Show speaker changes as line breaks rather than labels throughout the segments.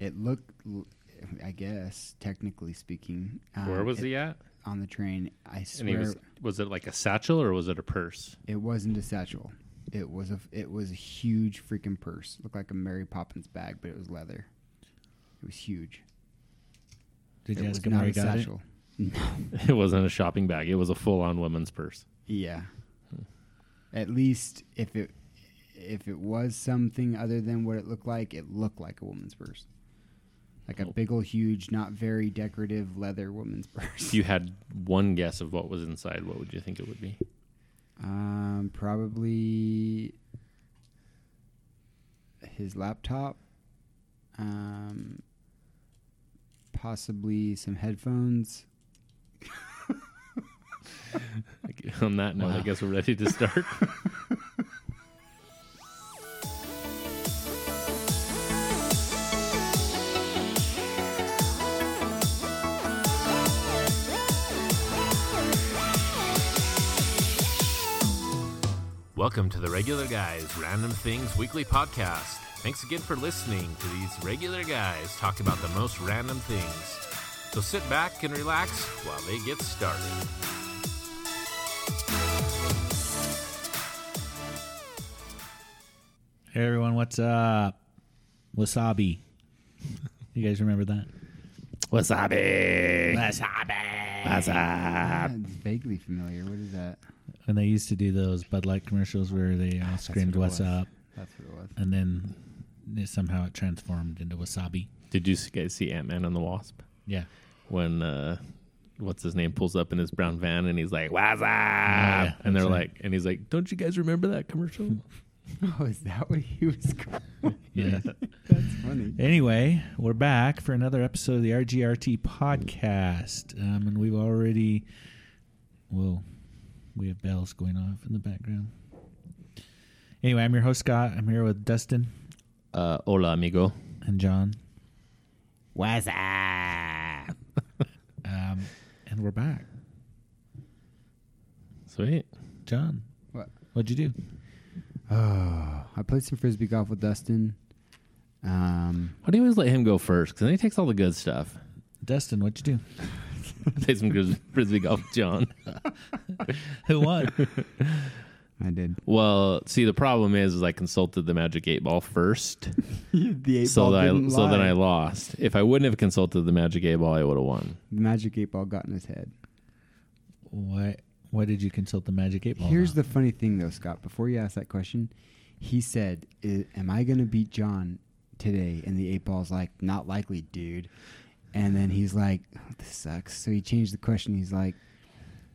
It looked, l- I guess, technically speaking. um,
Where was
it-
he at?
On the train. I
And he
swear
was was it like a satchel or was it a purse?
it wasn't a satchel. It was a it was a huge freaking purse. Looked like a Mary Poppins bag, but it was leather. It was huge.
Did
it
you
was
ask him where he got it?
It wasn't a shopping bag. It was a full on woman's purse.
Yeah. At least if it if it was something other than what it looked like, it looked like a woman's purse. Like a
Cool.
big old huge, not very decorative leather woman's purse.
If you had one guess of what was inside, what would you think it would be?
Um, probably his laptop. Um, possibly some headphones.
Like, On that note, I
Wow.
guess we're ready to start. Welcome to the Regular Guys Random Things Weekly Podcast. Thanks again for listening to these regular guys talk about the most random things. So sit back and relax while they get started.
Hey everyone, what's up? Wasabi. You guys remember that?
Wasabi!
Wasabi.
Yeah, it's vaguely familiar. What is that?
When they used to do those Bud Light commercials where they all
That's
screamed
what it was.
"What's up,"
That's what it was.
and then it- somehow it transformed into wasabi.
Did you guys see Ant Man and the Wasp?
Yeah.
When, uh, what's his name, pulls up in his brown van and he's like, Wasabi!
yeah,
and they're
that's
like, and he's like, don't you guys remember that commercial?
Oh, is that what he was? calling?
Yeah.
That's funny.
Anyway, we're back for another episode of the RGRT podcast, um, and we've already. Whoa, we have bells going off in the background. Anyway, I'm your host Scott. I'm here with Dustin
Uh, hola, amigo.
and John,
Wasabi!
um, and we're back.
Sweet.
John,
What?
what'd you do?
Oh, I played some frisbee golf with Dustin. Um,
Why do you always let him go first? Because then he takes all the good stuff.
Dustin, what'd you do?
Play some gris- frisbee golf, with John.
Who won?
I did
Well, see, the problem is, is I consulted the Magic Eight Ball first,
the eight
so
ball.
that I,
didn't
so then
lie.
I lost. If I wouldn't have consulted the Magic Eight Ball, I would have won.
the magic eight ball got in his head.
what? Why did you consult the magic eight ball?
Here's the funny thing, though, Scott. Before you ask that question, he said, "I- "Am I going to beat John today?" And the eight ball's like, "Not likely, dude." And then he's like, oh, "This sucks." So he changed the question. He's like,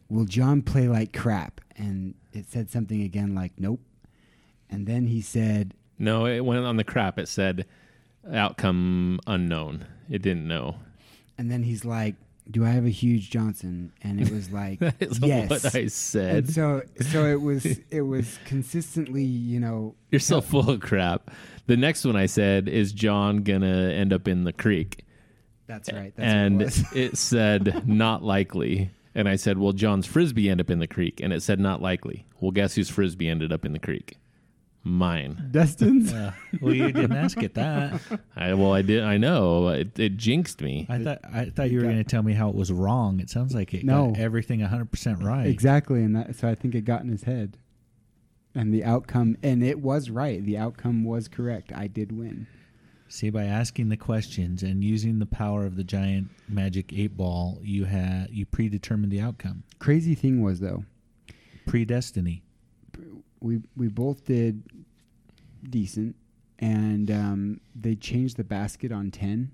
"Will John play like crap?" And it said something again, like, "Nope." And then he said,
No, it went on the crap. It said outcome unknown. It didn't know.
and then he's like, "Do I have a huge Johnson?" And it was like,
That is
"Yes."
what I said.
and so, so it was, it was consistently, you know,
You're so full of crap. The next one I said is John gonna end up in the creek,
that's right, that's
and
what it was.
it said not likely. And I said, "Well, John's frisbee end up in the creek," and it said not likely. Well, guess whose frisbee ended up in the creek? Mine.
Dustin's.
Uh, well, you didn't ask it that.
I well, I did. I know it, it jinxed me.
I thought I thought you were
got-
going to tell me how it was wrong. It sounds like it
No.
got everything 100% right.
Exactly, and that, so I think it got in his head, and the outcome, and it was right. The outcome was correct. I did win.
See, by asking the questions and using the power of the giant magic eight ball, you had you predetermined the outcome.
Crazy thing was though,
Predestiny.
we we both did decent, and um, they changed the basket on ten.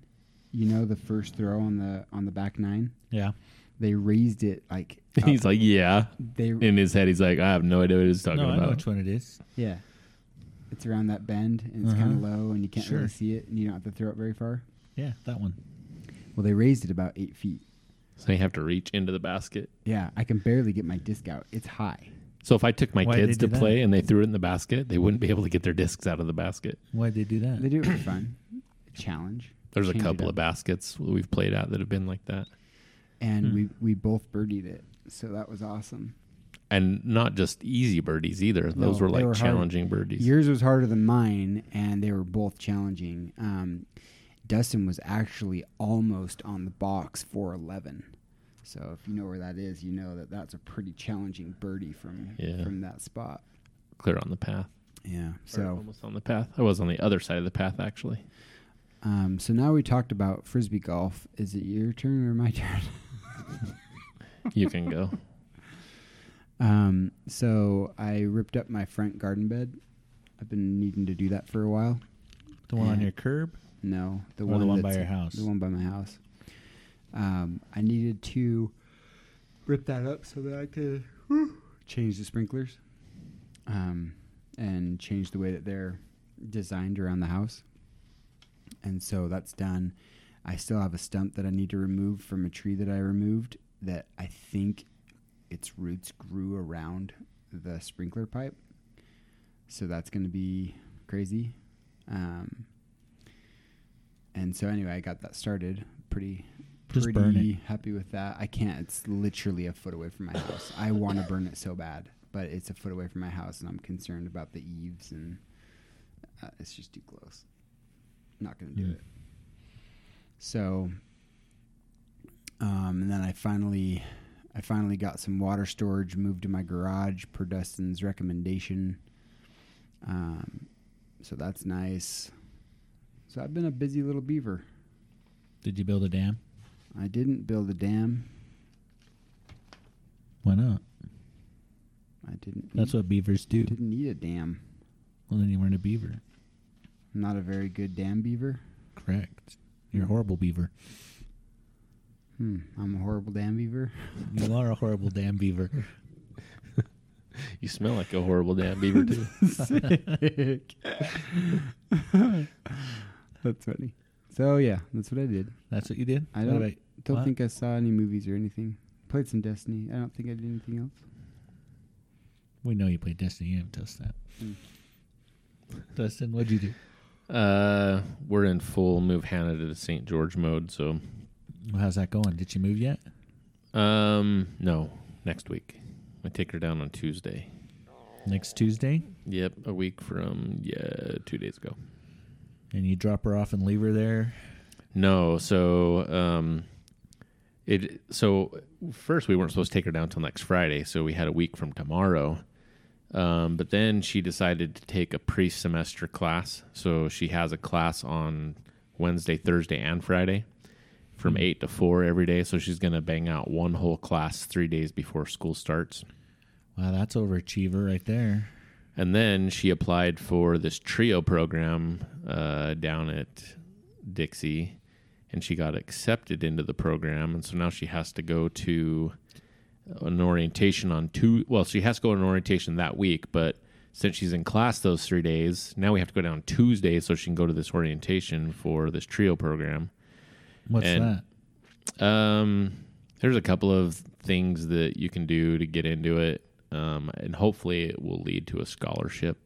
You know, the first throw on the on the back nine,
Yeah.
they raised it like up.
He's like, yeah.
they
In his head, he's like, I have no idea what he's talking
No, I know
about.
which one it is.
yeah. It's around that bend and it's
Uh-huh.
kind of low and you can't
Sure.
really see it and you don't have to throw it very far.
Yeah, that one.
Well, they raised it about eight feet.
So you have to reach into the basket.
Yeah, I can barely get my disc out. It's high.
So if I took my
Why'd
kids
they
to
do that?
play and they threw it in the basket, they wouldn't be able to get their discs out of the basket.
Why'd they do
They
that?
do it for fun. A challenge.
There's a
Change it
couple
up.
of baskets we've played at that have been like that,
And we,
Hmm.
we both birdied it. So that was awesome.
and not just easy birdies either. Those
No,
were
they
like
were hard.
challenging birdies.
Yours was harder than mine, and they were both challenging. Um, Dustin was actually almost on the box for 11. So if you know where that is, you know that that's a pretty challenging birdie from
Yeah.
from that spot.
Clear on the path.
Yeah.
Or
So
almost on the path. I was on the other side of the path actually.
um, so now we talked about frisbee golf. Is it your turn or my turn?
You can go.
Um, so I ripped up my front garden bed. I've been needing to do that for a while.
The one on
Yeah.
your curb?
No, the
Or
one
the one by
that's-
your house?
The one by my house. Um, I needed to rip that up so that I could whew, change the sprinklers, um, and change the way that they're designed around the house. And so that's done. I still have a stump that I need to remove from a tree that I removed that I think its roots grew around the sprinkler pipe. So that's going to be crazy. Um, and so anyway, I got that started. Pretty,
Just burn
pretty happy with that. I can't. It's literally a foot away from my house. I want to burn it so bad, but it's a foot away from my house, and I'm concerned about the eaves, and uh, it's just too close. Not going to do
Mm.
it. So, um, and then I finally, I finally got some water storage moved to my garage per Dustin's recommendation. Um, so that's nice. So I've been a busy little beaver.
Did you build a dam?
I didn't build a dam.
Why not?
I didn't.
That's what beavers do.
didn't need a dam.
Well, then you weren't a beaver.
I'm not a very good dam beaver.
Correct. You're a horrible beaver.
Hmm. I'm a horrible dam beaver.
You are a horrible damn beaver.
You smell like a horrible damn beaver too.
Sick. that's funny. So yeah, that's what I did.
That's what you did?
I
What
don't-
about-
Don't
What?
think I saw any movies or anything. Played some Destiny. I don't think I did anything else.
we know you played Destiny. You haven't told us that.
Hmm.
Dustin, what'd you do?
Uh, we're in full move Hannah to the St. George mode, so
Well, how's that going? Did she move yet?
um no, next week. I take her down on Tuesday.
Next Tuesday?
Yep, a week from yeah, 2 days ago.
And you drop her off and leave her there?
No, so um it so first we weren't supposed to take her down till next Friday, so we had a week from tomorrow. Um, but then she decided to take a pre-semester class, so she has a class on Wednesday, Thursday, and Friday from 8 to 4 every day, so she's going to bang out one whole class 3 days before school starts.
Wow, that's overachiever right there.
And then she applied for this trio program uh, down at Dixie, and she got accepted into the program. And so now she has to go to an orientation on two. Well, she has to go to an orientation that week, but since she's in class those three days, now we have to go down Tuesday so she can go to this orientation for this trio program.
What's
And-
that?
Um, there's a couple of things that you can do to get into it, um, and hopefully it will lead to a scholarship.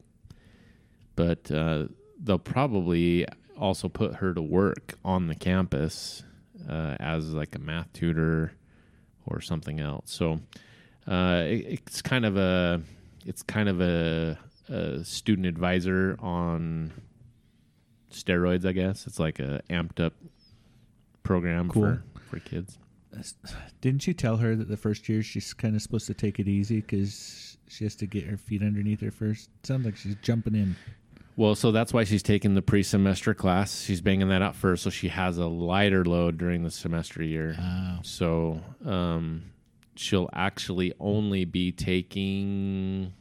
But uh, they'll probably also put her to work on the campus uh, as like a math tutor or something else. So uh, it, it's kind of a it's kind of a, a student advisor on steroids, I guess. It's like a amped up program
Cool.
for for kids.
Didn't you tell her that the first year she's kind of supposed to take it easy because she has to get her feet underneath her first? Sounds like she's jumping in.
Well, so that's why she's taking the pre-semester class. She's banging that out first, so she has a lighter load during the semester year.
Wow.
So um, she'll actually only be taking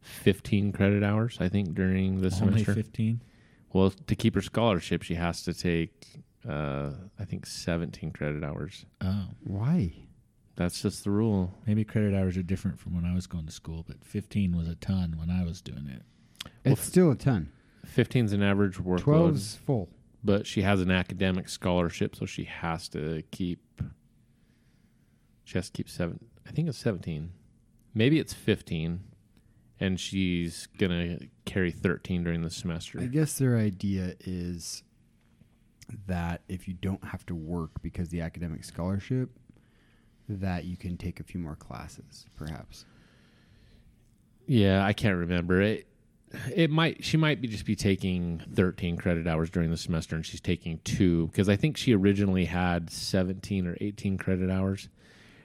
fifteen credit hours, I think, during the
Only
semester.
15?
Well, to keep her scholarship, she has to take, uh, I think, seventeen credit hours.
Oh.
Why?
That's just the rule.
Maybe credit hours are different from when I was going to school, but 15 was a ton when I was doing it.
Well,
it's still a ton.
15's an average workload.
12's full.
but she has an academic scholarship, so she has to keep. She has to keep seven. I think it's seventeen, maybe it's fifteen, and she's gonna carry thirteen during the
I
semester.
guess their idea is that if you don't have to work because the academic scholarship, that you can take a few more classes, perhaps.
Yeah, I can't remember it. it might she might be just be taking 13 credit hours during the semester and she's taking two because i think she originally had 17 or 18 credit hours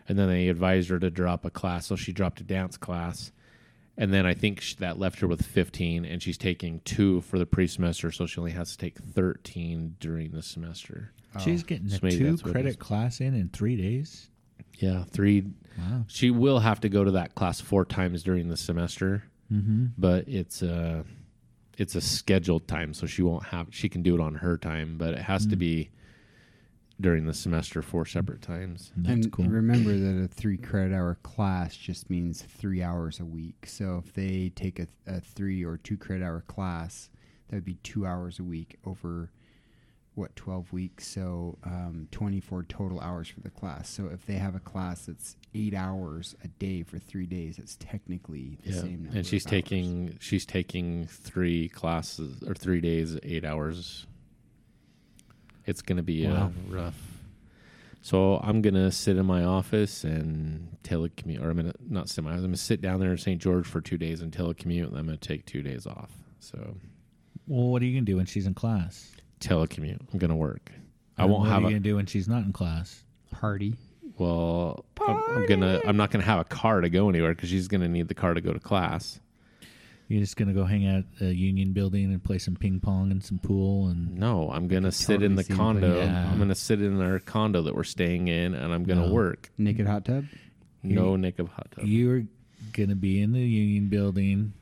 and then they advised her to drop a class so she dropped a dance class and then i think sh that left her with 15 and she's taking two for the pre-semester so she only has to take 13 during the semester
Oh.
She's getting
So
a
maybe
two
that's what it is.
credit class in in three days.
yeah three
Wow.
she will have to go to that class four times during the semester
Mm-hmm.
but it's a it's a scheduled time, so she won't have she can do it on her time, but it has
Mm.
to be during the semester four separate times.
That's
and
cool.
remember that a three credit hour class just means three hours a week. So if they take a, a three or two credit hour class, that would be two hours a week over what twelve weeks. So um, twenty four total hours for the class. So if they have a class that's eight hours a day for three days, it's technically the same. Number
and she's
of hours.
taking she's taking three classes or three days, eight hours. It's gonna be uh,
Wow.
rough. So I'm gonna sit in my office and telecommute, or I'm gonna not sit in my office. I'm gonna sit down there in St. George for two days and telecommute, and I'm gonna take two days off. So
Well, what are you gonna do when she's in class?
telecommute. I'm gonna work. I
And
won't
what
have
are you
a
gonna do when she's not in class?
party.
well. I'm, I'm gonna. I'm not gonna have a car to go anywhere because she's gonna need the car to go to class.
You're just gonna go hang out at a union building and play some ping pong and some pool and
No, I'm gonna sit
totally
in the
see him
condo.
playing that.
I'm gonna sit in our condo that we're staying in, and I'm gonna
No.
work.
Naked hot tub.
No nick of hot tub.
you're gonna be in the union building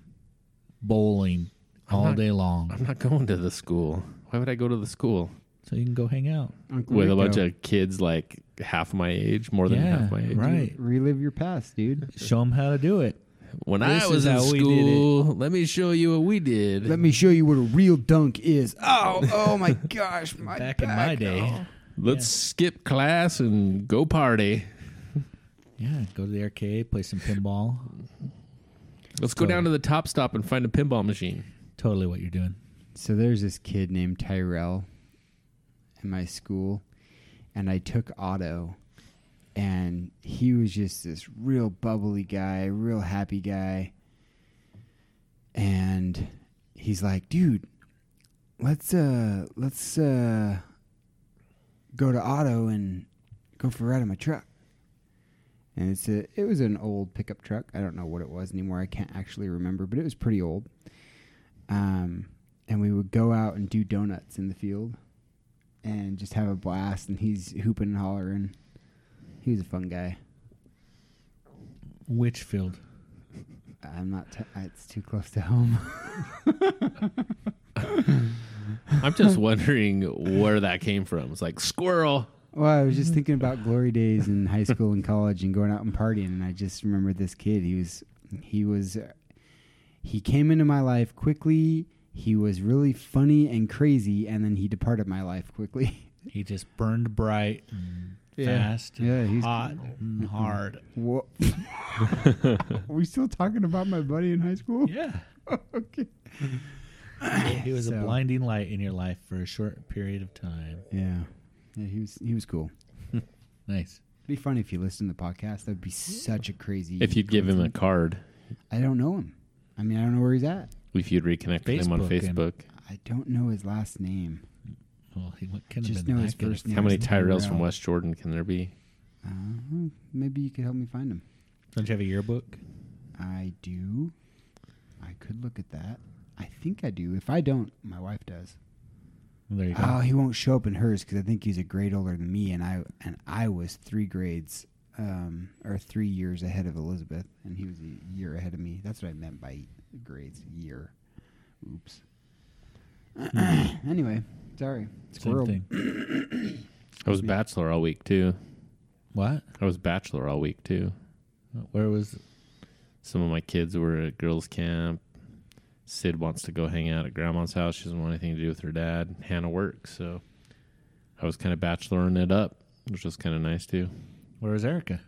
bowling all
not-
day long.
I'm not going to the school. Why would I go to the school
so you can go hang out.
Uncle
with a
Rico.
bunch of kids like half my age, more than
yeah,
half my age?
right.
relive your past, dude.
Show them how to do it.
When
This
I was
is
in
how we did it.
school, let me show you what we did.
Let me show you what a real dunk is. Oh, oh my gosh, my
Back in my
back.
day,
Let's skip class and go party.
yeah, go to the arcade, play some pinball.
Let's go down to the top stop and find a pinball machine.
Totally what you're doing.
So there's this kid named Tyrell in my school, and I took auto, and he was just this real bubbly guy, real happy guy. And he's like, dude, let's uh let's uh go to auto and go for a ride on my truck. And it's a it was an old pickup truck. I don't know what it was anymore. I can't actually remember, but it was pretty old. Um and we would go out and do donuts in the field and just have a blast and he's hooping and hollering. He was a fun guy.
Which field?
I'm not t- it's too close to home.
I'm just wondering where that came from. It's like squirrel.
Well, I was just thinking about glory days in high school and college and going out and partying, and I just remembered this kid. He was, he was, he came into my life quickly. He was really funny and crazy, and then he departed my life quickly.
He just burned bright, and
Yeah.
fast, and
Yeah, he's-
hot, and hard.
Wha- Are we still talking about my buddy in high school?
Yeah,
okay.
he was a
So-
blinding light in your life for a short period of time.
Yeah. Yeah, he was he was cool.
Nice.
It'd be funny if you listened to the podcast. That'd be such a crazy.
If you'd give him a card,
I don't know him. I mean, I don't know where he's at.
if you'd reconnect with him on
Facebook him.
Facebook,
I don't know his last name.
Well, he what could have
Just
been
know
that
his
good?
first name.
how many
is
Tyrells from
Tyrell.
West Jordan can there be?
Uh, maybe you could help me find him.
Don't you have a yearbook?
I do. I could look at that. I think I do. If I don't, my wife does.
Well, there you go.
Oh, he won't show up in hers because I think he's a grade older than me, and I and I was three grades um, or three years ahead of Elizabeth, and he was a year ahead of me. That's what I meant by grades year. Oops. anyway, sorry.
Same
Squirrel.
thing.
I was bachelor all week too.
What?
I was bachelor all week too.
Where was?
Some of my kids were at girls' camp. Sid wants to go hang out at grandma's house. She doesn't want anything to do with her dad. Hannah works, so I was kind of bacheloring it up, which was kind of nice too.
Where was Erica?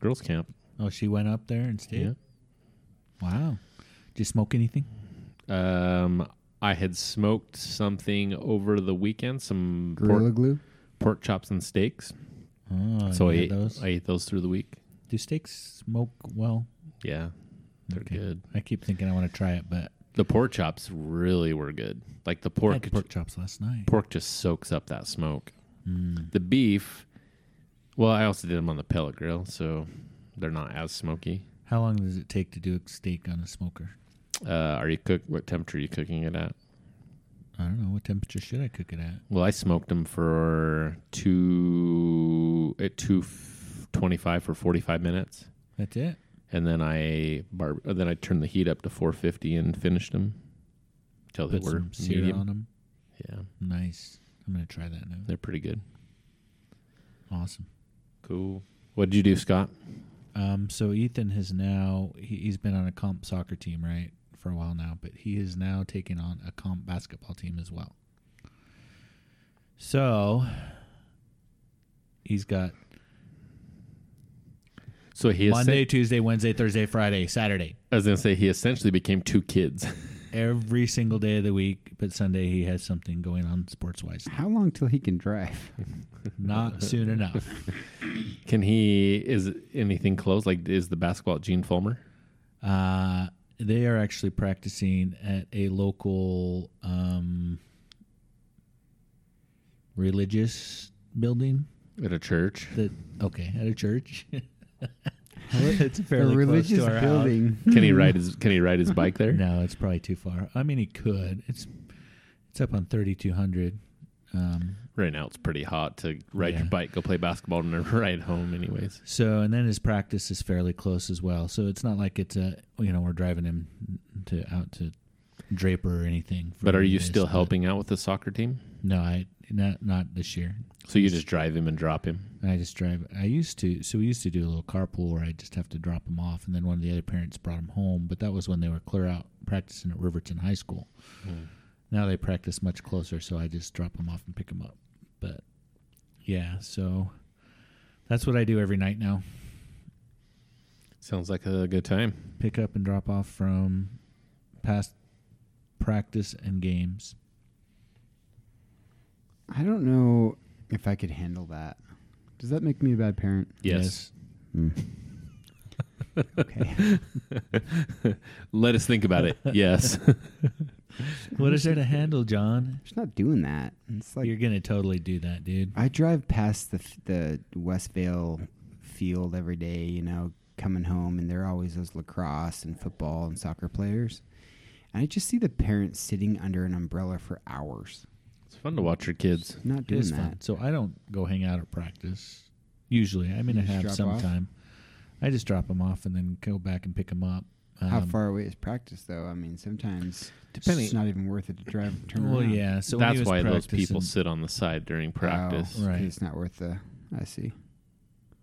Girls' camp.
Oh, she went up there and
Yeah.
stayed. Wow. Did you smoke anything?
Um, I had smoked something over the weekend. Some
Gorilla
pork,
glue.
pork chops and steaks.
Oh,
so I
you had
ate,
those.
I ate those through the week.
Do steaks smoke well?
Yeah, they're
Okay.
good.
I keep thinking I want to try it, but
the pork chops really were good. Like the
I
pork
had pork chops last night. Mm.
pork just soaks up that smoke. The beef, well, I also did them on the pellet grill, so they're not as smoky.
How long does it take to do a steak on a smoker?
Uh, are you cook? What temperature are you cooking it at?
I don't know. What temperature should I cook it at?
Well, I smoked them for two at two twenty five for forty five minutes,
That's it.
and then I bar- then I turned the heat up to four fifty and finished them till they
Put
were
some sear
medium.
on them.
Yeah,
Nice. I'm gonna try that now.
they're pretty good.
Awesome.
Cool. What did you do, Scott?
Um, so Ethan has now he, he's been on a comp soccer team right for a while now, but he is now taking on a comp basketball team as well. So he's got
So he essen-
Monday, Tuesday, Wednesday, Thursday, Friday, Saturday.
I was gonna say he essentially became two kids.
Every single day of the week, but Sunday he has something going on sports wise.
How long till he can drive?
Not soon enough.
Can he is anything close? Like is the basketball at Gene Fulmer?
Uh, they are actually practicing at a local um, religious building
At a church.
that okay at a church. it's fairly
a religious
close to our building.
building.
Can he ride his can he ride his bike there?
Hmm. No, it's probably too far. I mean, he could. It's it's up on thirty two hundred. Um,
Right now it's pretty hot to ride your
Yeah.
bike, go play basketball and then ride home anyways.
so and then his practice is fairly close as well. So it's not like it's a you know we're driving him to out to Draper or anything. for
But are
any
you
of this,
still
but-
helping out with the soccer team?
No, I not not this year.
So you just drive him and drop him.
I just drive. I used to. So we used to do a little carpool where I just have to drop them off, and then one of the other parents brought them home. But that was when they were clear out practicing at Riverton High School. Hmm. Now they practice much closer, so I just drop them off and pick them up. But yeah, so that's what I do every night now:
Sounds like a good time.
pick up and drop off from past practice and games.
I don't know if I could handle that. Does that make me a bad parent?
Yes.
Hmm.
Okay.
Let us think about it. Yes.
Yes. What is there to handle, John?
Just not doing that. It's like
You're gonna totally do that, dude.
I drive past the f- the Westvale field every day, you know, coming home, and there are always those lacrosse and football and soccer players. And I just see the parents sitting under an umbrella for hours.
it's fun to watch your kids.
Not
It
doing
is
that.
fun. So I don't go hang out at practice usually. I mean,
You
I
just
have
drop
some
off?
time. I just drop them off and then go back and pick them up. Um,
How far away is practice, though? I mean, sometimes
Depending-
it's not even worth it to drive. Turn
Well,
around.
yeah. So when he
That's
was
why those people
practicing-
sit on the side during
Oh,
practice.
okay,
Right.
It's not worth the. I see.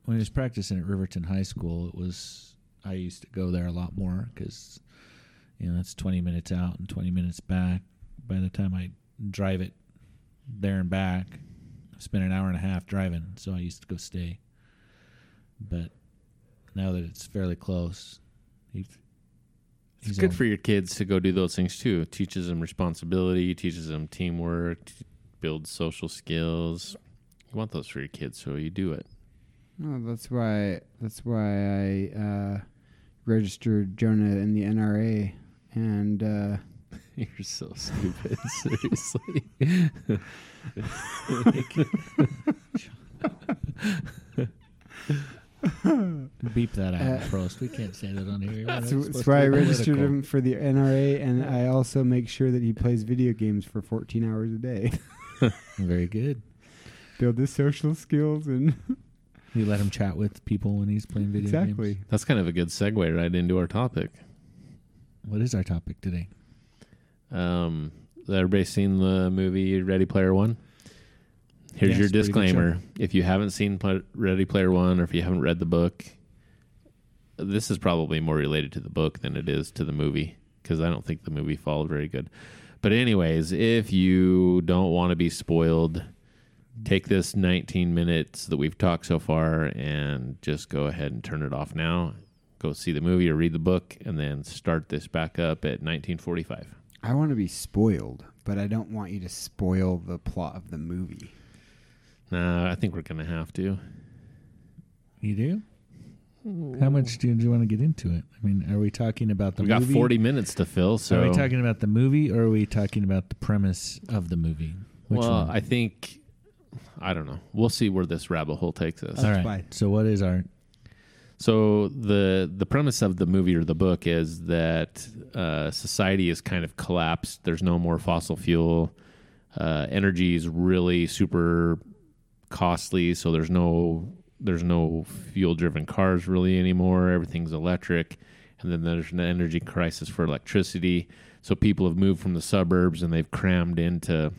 when he was practicing at Riverton High School, it was I used to go there a lot more because you know it's twenty minutes out and twenty minutes back. By the time I drive it there and back, I spent an hour and a half driving, so I used to go stay. But now that it's fairly close, he,
It's good for your kids to go do those things too. It teaches them responsibility, teaches them teamwork, t- builds social skills. You want those for your kids, so you do it.
No, that's why. That's why I uh, registered Jonah in the NRA, and uh,
You're so stupid. Seriously.
Beep that out,
Uh,
Prost. We can't say that on here. We're not
that's,
supposed
that's
to
why I
be
registered
political.
him for the NRA, and I also make sure that he plays video games for 14 hours a day,
Very good.
build his social skills, and
You let him chat with people when he's playing video
exactly.
games.
That's kind of a good segue right into our topic.
What is our topic today?
Um, has everybody seen the movie Ready Player One? Here's
Yeah,
your
it's a pretty good
disclaimer: if you haven't seen Pla- Ready Player One, or if you haven't read the book, this is probably more related to the book than it is to the movie because I don't think the movie followed very good. But anyways, if you don't want to be spoiled, take this 19 minutes that we've talked so far and just go ahead and turn it off now. Go see the movie or read the book, and then start this back up at 1945.
I want to be spoiled, but I don't want you to spoil the plot of the movie.
No, I think we're gonna have to.
You do? How much do you want to get into it? I mean, are we talking about the
we got
movie?
40 minutes to fill, so
Are we talking about the movie or are we talking about the premise of the movie? Which
well,
one?
I think I don't know. We'll see where this rabbit hole takes us.
All right.
fine.
So what is our
So the the premise of the movie or the book is that uh, society is kind of collapsed. There's no more fossil fuel. Uh, energy is really super costly, so there's no there's no fuel driven cars really anymore. Everything's electric, and then there's an energy crisis for electricity. So people have moved from the suburbs and they've crammed into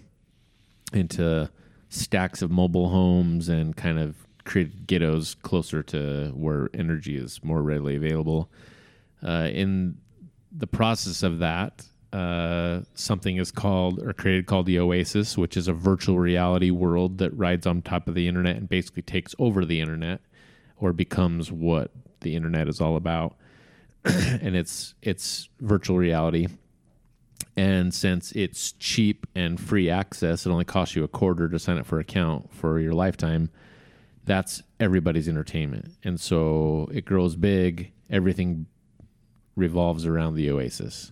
into stacks of mobile homes and kind of created ghettos closer to where energy is more readily available. Uh, in the process of that, uh, something is called or created called the Oasis, which is a virtual reality world that rides on top of the internet and basically takes over the internet or becomes what the internet is all about. and it's it's virtual reality and since it's cheap and free access, it only costs you a quarter to sign up for an account for your lifetime. That's everybody's entertainment. And so it grows big. Everything revolves around the Oasis.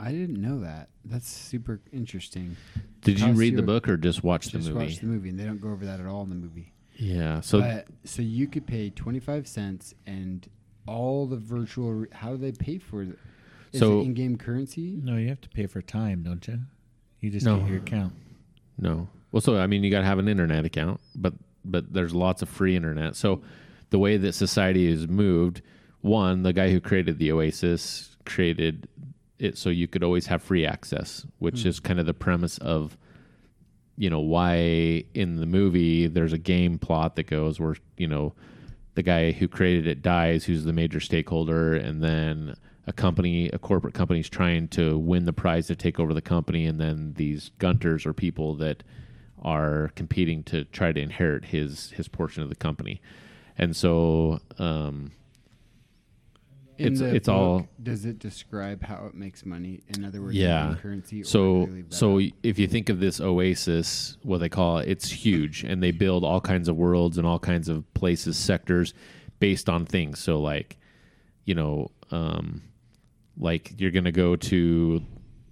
I didn't know that. That's super interesting.
Did you
Costs
read
you
the
a-
book or just watch
Just
the movie?
watch the movie, and they don't go over that at all in the movie.
yeah. So
but so you could pay twenty five cents, and all the virtual. re- How do they pay for it? Is
So-
it in game currency?
No, you have to pay for time, don't you? You just
No.
get your account.
No. Well, so I mean, you got to have an internet account, but but there's lots of free internet. So the way that society is moved, one, the guy who created the Oasis created it so you could always have free access, which is kind of the premise of you know why in the movie there's a game plot that goes where you know the guy who created it dies who's the major stakeholder and then a company a corporate company is trying to win the prize to take over the company and then these gunters are people that are competing to try to inherit his his portion of the company and so um
In
It's-
the
it's
book,
all-
Does it describe how it makes money? In other words,
Yeah.
game currency. or do they
So
leave that
so
out?
if you think of this oasis, what they call it, it's huge, and they build all kinds of worlds and all kinds of places, sectors, based on things. So like, you know, um, like you're gonna go to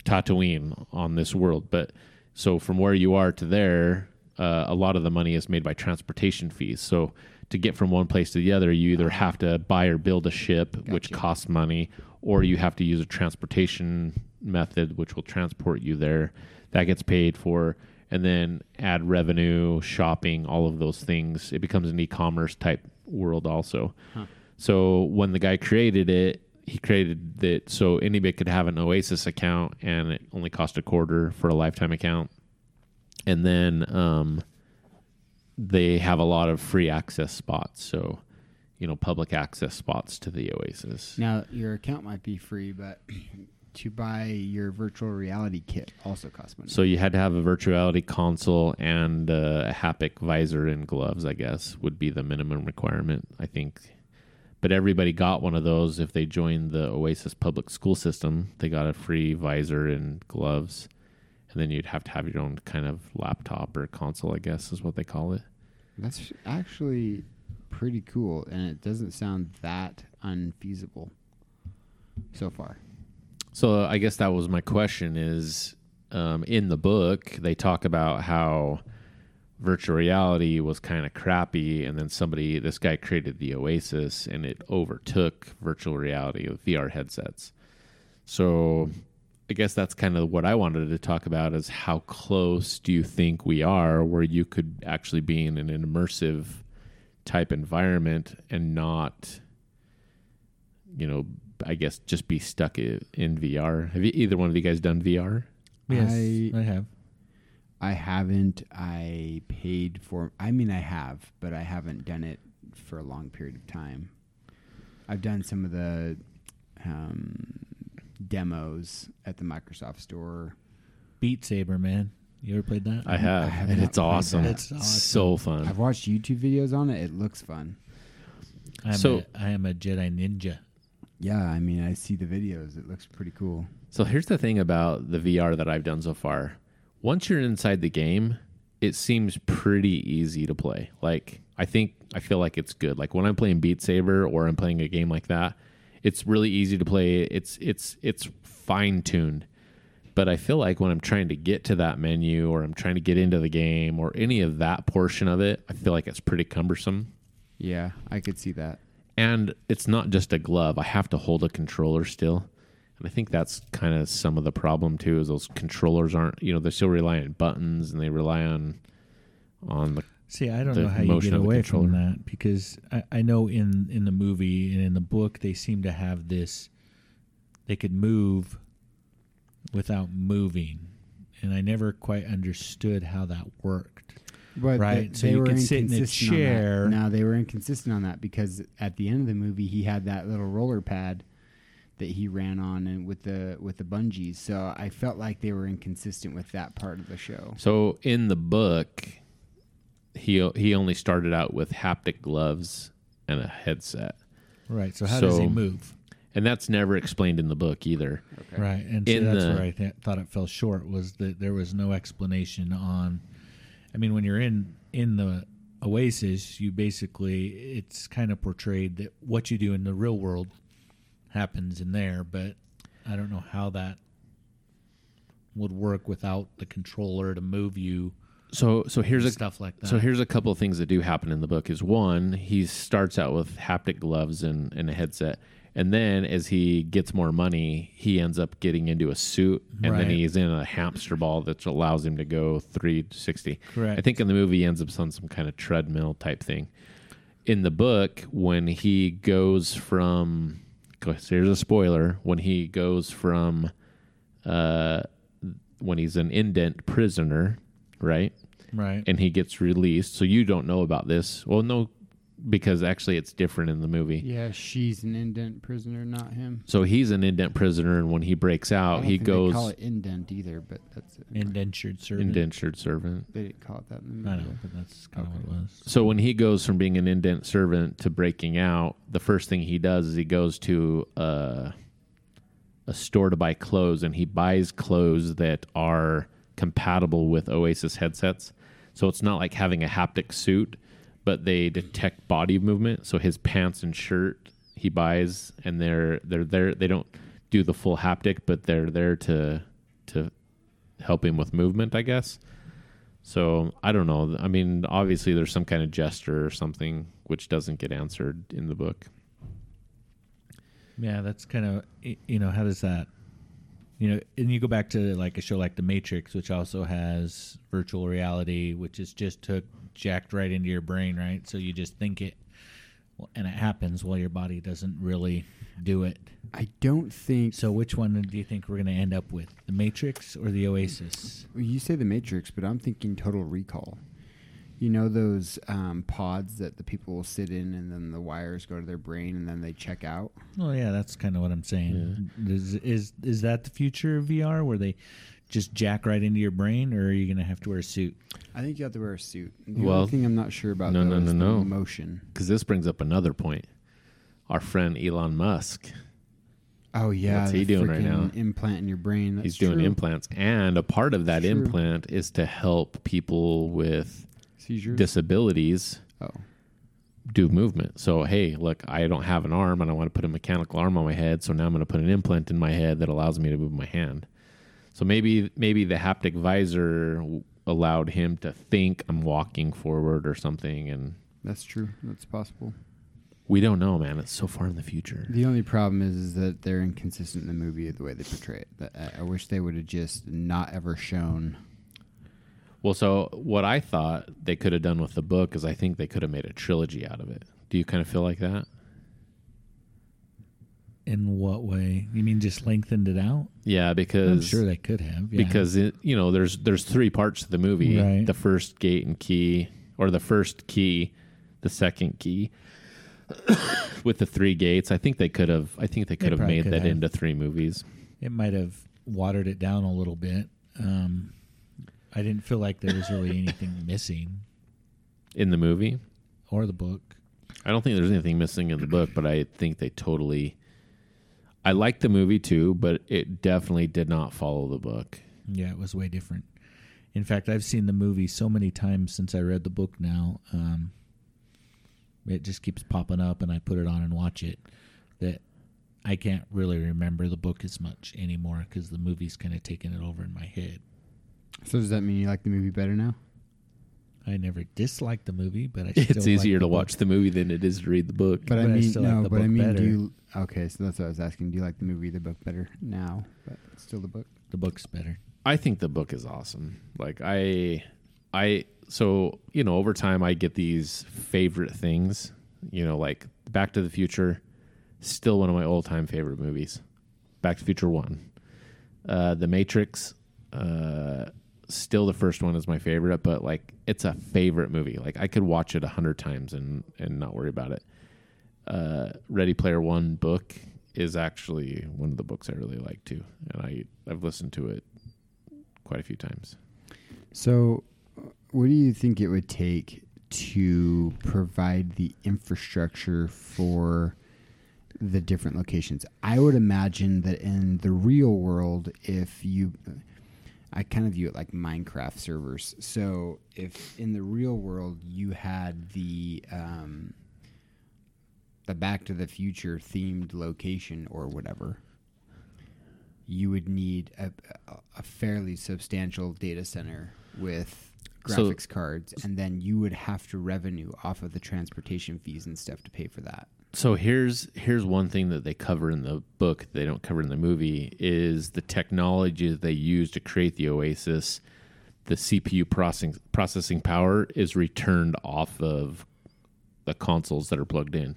Tatooine on this world, but so from where you are to there, uh, a lot of the money is made by transportation fees. So to get from one place to the other, you either have to buy or build a ship, which costs money, or you have to use a transportation method, which will transport you there. That gets paid for, and then add revenue, shopping, all of those things. It becomes an e-commerce type world, also. So when the guy created it, he created that so anybody could have an Oasis account, and it only cost a quarter for a lifetime account. And then um, they have a lot of free access spots, so you know public access spots to the Oasis.
now your account might be free, but to buy your virtual reality kit also costs money.
So you had to have a virtuality console and uh, a haptic visor and gloves, I guess, would be the minimum requirement, I think. But everybody got one of those if they joined the Oasis public school system. They got a free visor and gloves. And then you'd have to have your own kind of laptop or console, I guess, is what they call it.
That's actually pretty cool, and it doesn't sound that unfeasible so far.
So uh, I guess that was my question is um, in the book, they talk about how virtual reality was kind of crappy. And then somebody, this guy created the Oasis and it overtook virtual reality with VR headsets. So I guess that's kind of what I wanted to talk about is how close do you think we are where you could actually be in an immersive type environment and not you know, I guess just be stuck i- in VR. Have you, either one of you guys done VR?
Yes,
I-
I have.
I haven't. I paid for. I mean, I have, but I haven't done it for a long period of time. I've done some of the um, demos at the Microsoft Store.
Beat Saber, man. You ever played that?
I have,
I have
and
not
it's
played
awesome.
that.
It's awesome.
so fun.
I've watched YouTube videos on it. It looks fun.
I'm
So-
a, I am a Jedi ninja.
Yeah, I mean, I see the videos. It looks pretty cool.
So here's the thing about the VR that I've done so far. Once you're inside the game, it seems pretty easy to play. Like I think I feel like it's good. Like when I'm playing Beat Saber or I'm playing a game like that, it's really easy to play. It's it's it's fine tuned. But I feel like when I'm trying to get to that menu or I'm trying to get into the game or any of that portion of it, I feel like it's pretty cumbersome.
Yeah, I could see that.
And it's not just a glove. I have to hold a controller still. And I think that's kind of some of the problem too is those controllers aren't, you know, they still rely on buttons and they rely on on the
See, I don't
the
know how you
motion
get
of the
away
controller.
from that because I, I know in in the movie and in the book they seem to have this. They could move without moving, and I never quite understood how that worked.
But
Right,
they,
so
they
you
were
could sit in a
inconsistent on that.
chair.
No, they were inconsistent on that because at the end of the movie, he had that little roller pad that he ran on and with the with the bungees. So I felt like they were inconsistent with that part of the show.
So in the book, he he only started out with haptic gloves and a headset,
Right. So how does he
So-
move?
and that's never explained in the book either.
Okay.
Right. And so
In
that's
the-
where I th- thought it fell short was that there was no explanation on. I mean, when you're in in the Oasis, you basically it's kind of portrayed that what you do in the real world happens in there, but I don't know how that would work without the controller to move you
So so here's
and
a
stuff like that.
so here's a couple of things that do happen in the book. Is one he starts out with haptic gloves and, and a headset, and then as he gets more money, he ends up getting into a suit, and
Right.
then he's in a hamster ball that allows him to go three sixty.
Correct.
I think in the movie he ends up on some kind of treadmill type thing. In the book, when he goes from, 'cause here's a spoiler, when he goes from, uh, when he's an indent prisoner, right,
right.
and he gets released. So you don't know about this. Well, no, because actually it's different in the movie.
Yeah, she's an indent prisoner, not him.
So he's an indent prisoner, and when he breaks
I
out,
don't
Oh, he
think They call
goes
it indent either, but that's it.
Indentured servant.
indentured servant.
They didn't call it that in the
I
movie.
know, but that's kind of what it was.
So when he goes from being an indent servant to breaking out, the first thing he does is he goes to a, a store to buy clothes, and he buys clothes that are compatible with Oasis headsets. So it's not like having a haptic suit, but they detect body movement. So his pants and shirt he buys, and they're they're there. They don't do the full haptic, but they're there to to help him with movement, I guess. So I don't know. I mean, obviously there's some kind of gesture or something which doesn't get answered in the book.
Yeah, that's kind of y- you know how does that you know and you go back to like a show like The Matrix, which also has virtual reality, which is just took jacked right into your brain, right? So you just think it, well, and it happens while your body doesn't really do it.
I don't think
So which one do you think we're going to end up with, The Matrix or The Oasis?
Well, You say the Matrix, but I'm thinking Total Recall. You know those um, pods that the people will sit in, and then the wires go to their brain, and then they check out.
Well, yeah, that's kind of what I'm saying. Is, is is that the future of VR, where they just jack right into your brain, or are you going to have to wear a suit?
I think you have to wear a suit. The
Well,
only thing I'm not sure about
no,
though,
no,
is
no,
the
no.
motion.
Because this brings up another point. Our friend Elon Musk,
Oh yeah,
What's he
the
doing right
frickin'
now?
Implant in your brain. That's
he's doing
true.
implants, and a part of that
True.
implant is to help people with
seizures.
disabilities
oh,
do movement. So hey, look, I don't have an arm, and I want to put a mechanical arm on my head. So now I'm going to put an implant in my head that allows me to move my hand. So maybe maybe the haptic visor w- allowed him to think I'm walking forward or something, and
that's true. That's possible.
we don't know, man. It's so far in the future.
The only problem is, is that they're inconsistent in the movie the way they portray it. That- I- I wish they would have just not ever shown.
Well, so what I thought they could have done with the book is I think they could have made a trilogy out of it. Do you kind of feel like that?
In what way? You mean just lengthened it out?
Yeah, because
I'm sure they could have. Yeah.
because it, you know there's there's three parts to the movie
Right.
the first gate and key or the first key the second key with the three gates i think they could have i think they could have
probably
made
could
that
have.
into three movies
it might have watered it down a little bit. Um, I didn't feel like there was really anything missing
in the movie
or the book.
i don't think there's anything missing in the book but i think they totally i like the movie too but it definitely did not follow the book
Yeah, it was way different. In fact, I've seen the movie so many times since I read the book now. Um, it just keeps popping up, and I put it on and watch it. That I can't really remember the book as much anymore because the movie's kind of taken it over in my head.
So does that mean you like the movie better now?
I never disliked the movie, but I still
It's easier
like
to
the book.
watch the movie than it is to read the book.
But, I
But I
mean,
still like
no.
the
but I
book
mean,
better.
do you? Okay, so that's what I was asking. Do you like the movie, the book better now? But still the book.
The book's better.
I think the book is awesome. Like I I so, you know, over time I get these favorite things, you know, like Back to the Future, still one of my all-time favorite movies. Back to the Future 1. Uh The Matrix, uh still the first one is my favorite, but like it's a favorite movie. Like I could watch it a 100 times and and not worry about it. Uh Ready Player 1 book is actually one of the books I really like too, and I I've listened to it quite a few times.
So, uh, what do you think it would take to provide the infrastructure for the different locations? I would imagine that in the real world, if you, I kind of view it like Minecraft servers. So, if in the real world you had the, um, the Back to the Future themed location or whatever, you would need a, a- a fairly substantial data center with
So-
graphics cards, and then you would have to revenue off of the transportation fees and stuff to pay for that.
So here's here's one thing that they cover in the book that they don't cover in the movie is the technology that they use to create the Oasis. The CPU processing processing power is returned off of the consoles that are plugged in.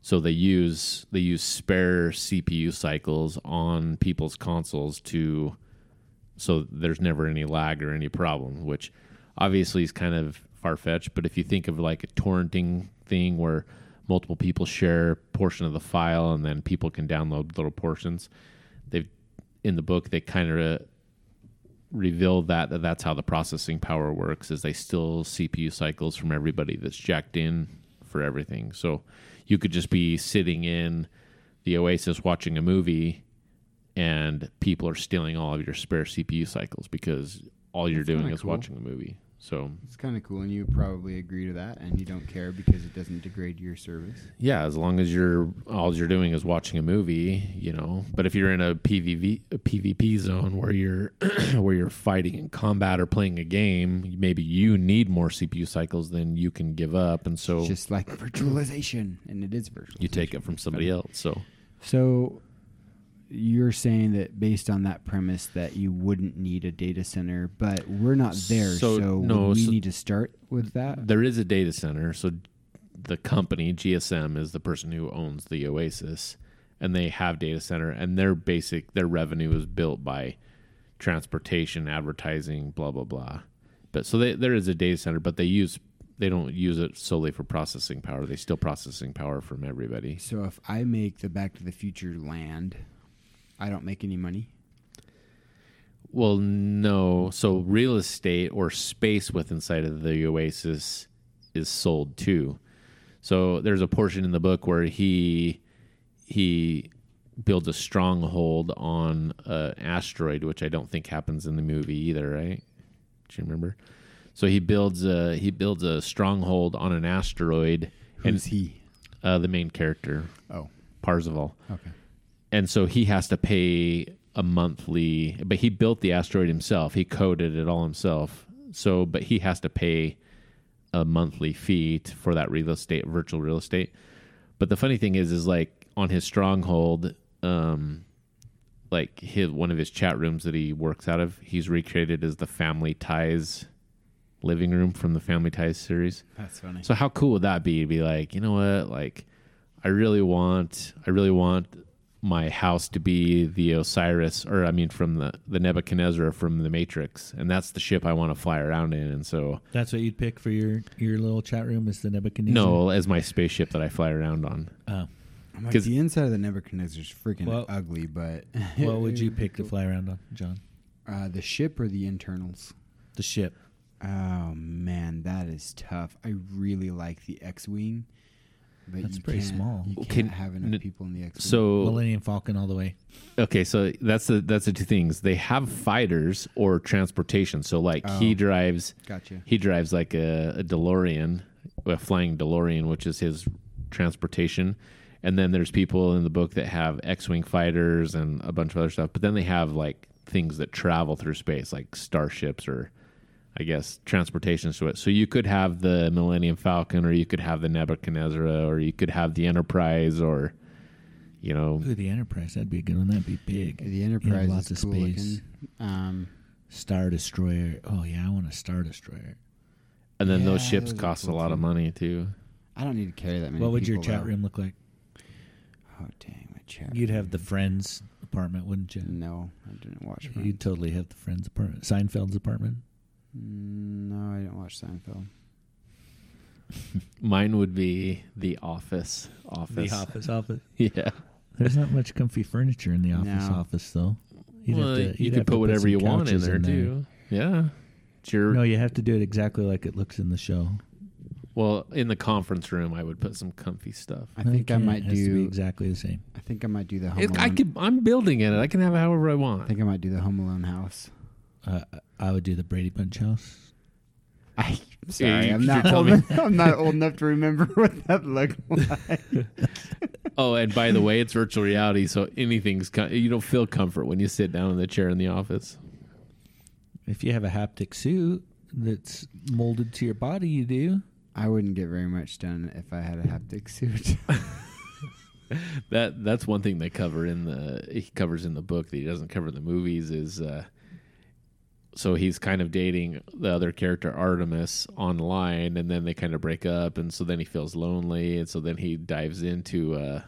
So they use they use spare CPU cycles on people's consoles to so there's never any lag or any problem, which obviously is kind of far fetched. But if you think of like a torrenting thing where multiple people share a portion of the file and then people can download little portions, they've in the book they kind of reveal that, that that's how the processing power works is they steal cpu cycles from everybody that's jacked in for everything so you could just be sitting in the oasis watching a movie and people are stealing all of your spare cpu cycles because all you're doing
kinda
is
cool.
watching a movie so
It's kind of cool, and you probably agree to that, and you don't care because it doesn't degrade your service.
yeah as long as you're all you're doing is watching a movie you know but if you're in a pvv a pvp zone where you're where you're fighting in combat or playing a game maybe you need more cpu cycles than you can give up and so
It's just like virtualization, and it is virtual.
you take it from somebody else so
So you're saying that based on that premise that you wouldn't need a data center, but we're not there, so,
So, no,
would we
so-
need to start with that.
there is a data center so the company gsm is the person who owns the oasis and they have data center and their basic their revenue is built by transportation advertising blah blah blah but so they, there is a data center but they use they don't use it solely for processing power they still processing power from everybody
So if I make the Back to the Future land, I don't make any money.
Well, no. So real estate or space with inside of the Oasis is sold too. So there's a portion in the book where he he builds a stronghold on an asteroid, which I don't think happens in the movie either, right? Do you remember? So he builds a he builds a stronghold on an asteroid,
Who's he?
and uh, the main character
Oh,
Parzival
okay.
and so he has to pay a monthly but he built the asteroid himself he coded it all himself so but he has to pay a monthly fee t- for that real estate virtual real estate but the funny thing is is like on his stronghold um like his one of his chat rooms that he works out of he's recreated as the family ties living room from the family ties series
That's funny.
so how cool would that be to be like, you know what, like I really want I really want my house to be the Osiris or I mean from the, the Nebuchadnezzar from the Matrix and that's the ship I want to fly around in and so
That's what you'd pick for your your little chat room is the Nebuchadnezzar.
no, as my spaceship that I fly around on.
Oh.
I'm like,
'Cause-
the inside of the Nebuchadnezzar's freaking
Well-
ugly, but
what would you pick to fly around on, John?
uh, the ship or the internals?
The ship.
Oh man, that is tough. I really like the X-wing, but
That's
you
pretty
can't-
small.
You
Well,
can't
can-
have enough
n-
people in the X-wing.
So
Millennium Falcon all the way.
okay, so that's the that's the two things. They have fighters or transportation. So like he
Oh.
drives
gotcha.
he drives like a, a DeLorean a flying DeLorean, which is his transportation. And then there's people in the book that have X-wing fighters and a bunch of other stuff. But then they have like things that travel through space, like starships or, I guess, transportation to it. So you could have the Millennium Falcon, or you could have the Nebuchadnezzar, or you could have the Enterprise, or you know,
Ooh, the Enterprise. That'd be a good one. That'd be big.
The Enterprise
Yeah, lots
is
of
cool
space.
looking. Um,
Star Destroyer. Oh yeah, I want a Star Destroyer.
and then those
Yeah,
ships
those are
cost a
cool
lot of
too.
money too.
I don't need to carry that many.
what would your
people,
chat
though.
room look like?
Oh dang, my chat.
You'd
room.
have the Friends apartment, wouldn't
Mm,
you?
No, I didn't watch. Friends.
You'd totally have the Friends apartment. Seinfeld's apartment.
Mm, No, I didn't watch Seinfeld.
Mine would be the office. Office.
office office.
Yeah.
There's not much comfy furniture in the office
No.
office though.
Well, you
you'd
could
have to
put whatever
some
you want in
couches
there, too. Yeah. It's your,
No, you have to do it exactly like it looks in the show.
well, in the conference room, I would put some comfy stuff.
I think I
can't.
might
It has to be
do.
exactly the same.
I think I might do the Home
It,
Alone.
I could. I'm building it. I can have it however I
I
want.
think I might do the Home Alone house.
Uh, I would do the Brady Bunch house.
I,
Yeah,
sorry,
you-
I'm
you
not
tell
old.
me.
I'm not old enough to remember what that looked like.
Oh, and by the way, it's virtual reality, so anything's com- you don't feel comfort when you sit down in the chair in the office.
If you have a haptic suit that's molded to your body, you do.
I wouldn't get very much done if I had a haptic suit.
That that's one thing they cover in the he covers in the book that he doesn't cover in the movies is uh so he's kind of dating the other character Artemis online and then they kind of break up and so then he feels lonely and so then he dives into uh,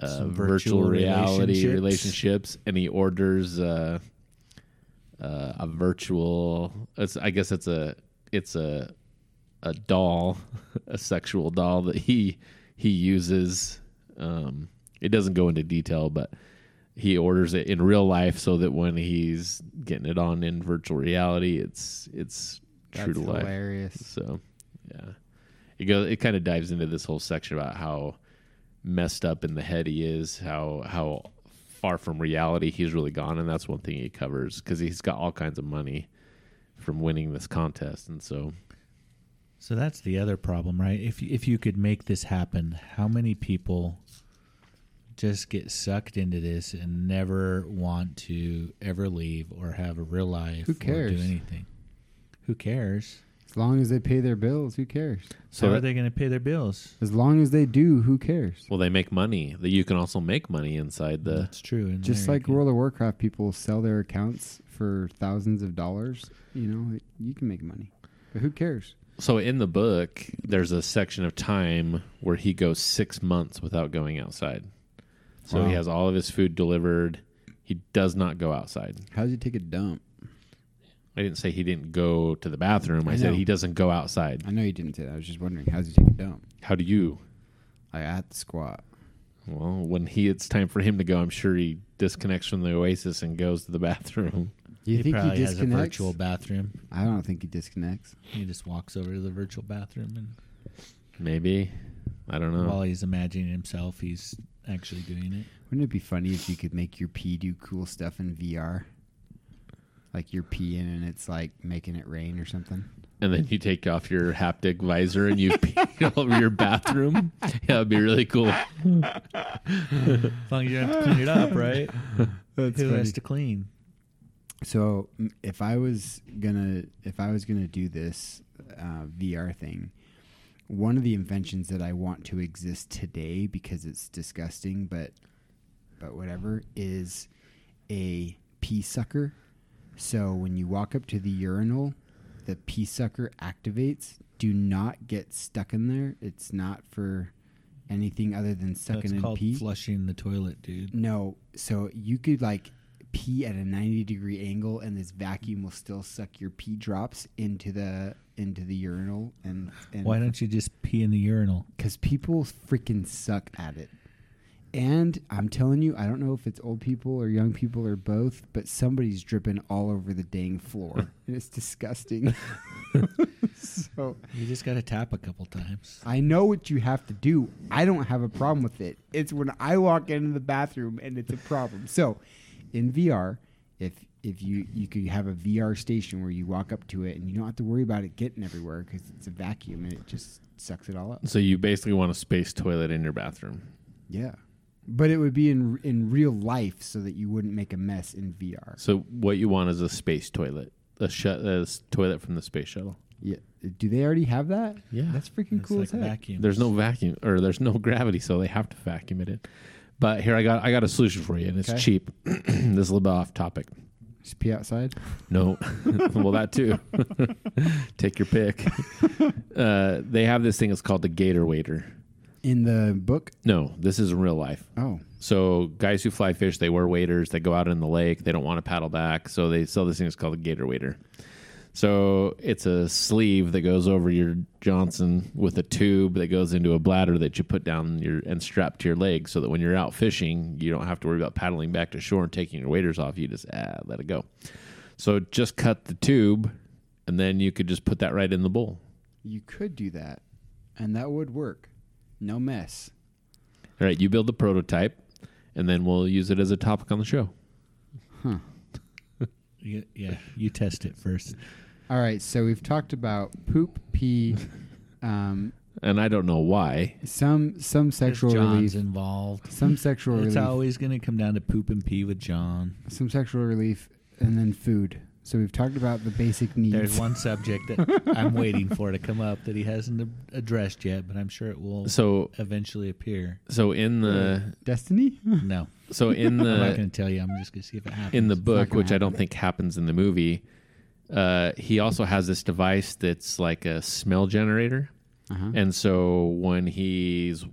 uh
Some
virtual,
virtual
reality relationships.
relationships.
and he orders uh uh, a virtual it's, I guess it's a it's a a doll, a sexual doll that he he uses. Um, it doesn't go into detail, but he orders it in real life so that when he's getting it on in virtual reality, it's it's
That's
true to life.
hilarious.
So, yeah, it goes. It kind of dives into this whole section about how messed up in the head he is, how how far from reality he's really gone, and that's one thing he covers because he's got all kinds of money from winning this contest, and so.
So that's the other problem, right? If if you could make this happen, how many people just get sucked into this and never want to ever leave or have a real life
Who
or
cares?
do anything? Who cares?
As long as they pay their bills, who cares?
So
how
that-
are they going to pay their bills?
As long as they do, who cares?
Well, they make money. That you can also make money inside the.
that's true. and
Just
there you
like
go.
World of Warcraft, people sell their accounts for thousands of dollars. You know, it, you can make money, but who cares?
So in the book, there's a section of time where he goes six months without going outside. So he
Wow.
has all of his food delivered. He does not go outside.
How does he take a dump?
I didn't say he didn't go to the bathroom. I,
I
said
know.
he doesn't go outside.
I know you didn't say that. I was just wondering, how does he take a dump?
How do you?
I at the squat.
Well, when he it's time for him to go, I'm sure he disconnects from the oasis and goes to the bathroom.
You
he
think
probably
he
has a
disconnects?
virtual bathroom.
I don't think he disconnects.
He just walks over to the virtual bathroom, and
Maybe I
Oh.
don't know.
while he's imagining himself, he's actually doing it.
Wouldn't it be funny if you could make your pee do cool stuff in VR? Like you're peeing and it's like making it rain or something.
and then you take off your haptic visor and you pee all over your bathroom. Yeah, that'd be really cool.
As long as you don't have to clean it up, right?
That's
Who has to clean?
So m- if I was gonna if I was gonna do this uh, VR thing, one of the inventions that I want to exist today because it's disgusting, but but whatever is a pee sucker. So when you walk up to the urinal, the pee sucker activates. Do not get stuck in there. It's not for anything other than sucking
That's
in
called
pee.
flushing the toilet, dude.
No, so you could like pee at a 90 degree angle and this vacuum will still suck your pee drops into the into the urinal and, and
Why don't you just pee in the urinal?
cuz people freaking suck at it. And I'm telling you, I don't know if it's old people or young people or both, but somebody's dripping all over the dang floor. and it's disgusting. so
You just got to tap a couple times.
I know what you have to do. I don't have a problem with it. It's when I walk into the bathroom and it's a problem. So, in VR, if if you you could have a VR station where you walk up to it and you don't have to worry about it getting everywhere because it's a vacuum and it just sucks it all up.
So you basically want a space toilet in your bathroom.
Yeah, but it would be in in real life so that you wouldn't make a mess in VR.
So what you want is a space toilet, a shut a s- toilet from the space shuttle.
Yeah, do they already have that?
Yeah.
that's freaking cool
It's
as
like
heck.
vacuum.
There's no vacuum or there's no gravity, so they have to vacuum it in. But here I got I got a solution for you, and it's
Okay.
cheap. this is a little bit off topic.
Just pee outside.
No, well that too. Take your pick. Uh, they have this thing. It's called the Gator Waiter.
In the book.
No, this is in real life.
Oh,
So guys who fly fish, they wear waders. They go out in the lake. They don't want to paddle back, so they sell this thing. It's called a gator wader. So it's a sleeve that goes over your Johnson with a tube that goes into a bladder that you put down your and strap to your leg, so that when you're out fishing, you don't have to worry about paddling back to shore and taking your waders off. You just ah, let it go. So just cut the tube, and then you could just put that right in the bowl.
you could do that, and that would work. No mess.
All right, you build the prototype, and then we'll use it as a topic on the show.
You- yeah, you test it first.
All right, so we've talked about poop, pee, um,
And I don't know why.
some some sexual relief,
John's involved.
some sexual
It's
relief,
always going to come down to poop and pee with John.
some sexual relief, and then food. So we've talked about the basic needs.
There's one subject that I'm waiting for to come up that he hasn't a- addressed yet, but I'm sure it will
So
eventually appear.
So in the
Destiny.
No,
so in
I'm not
the
going to tell you. I'm just going to see if it happens.
Uh, in the book,
gonna
which I don't think happens in the movie, uh, he also has this device that's like a smell generator,
Uh-huh.
and so when he's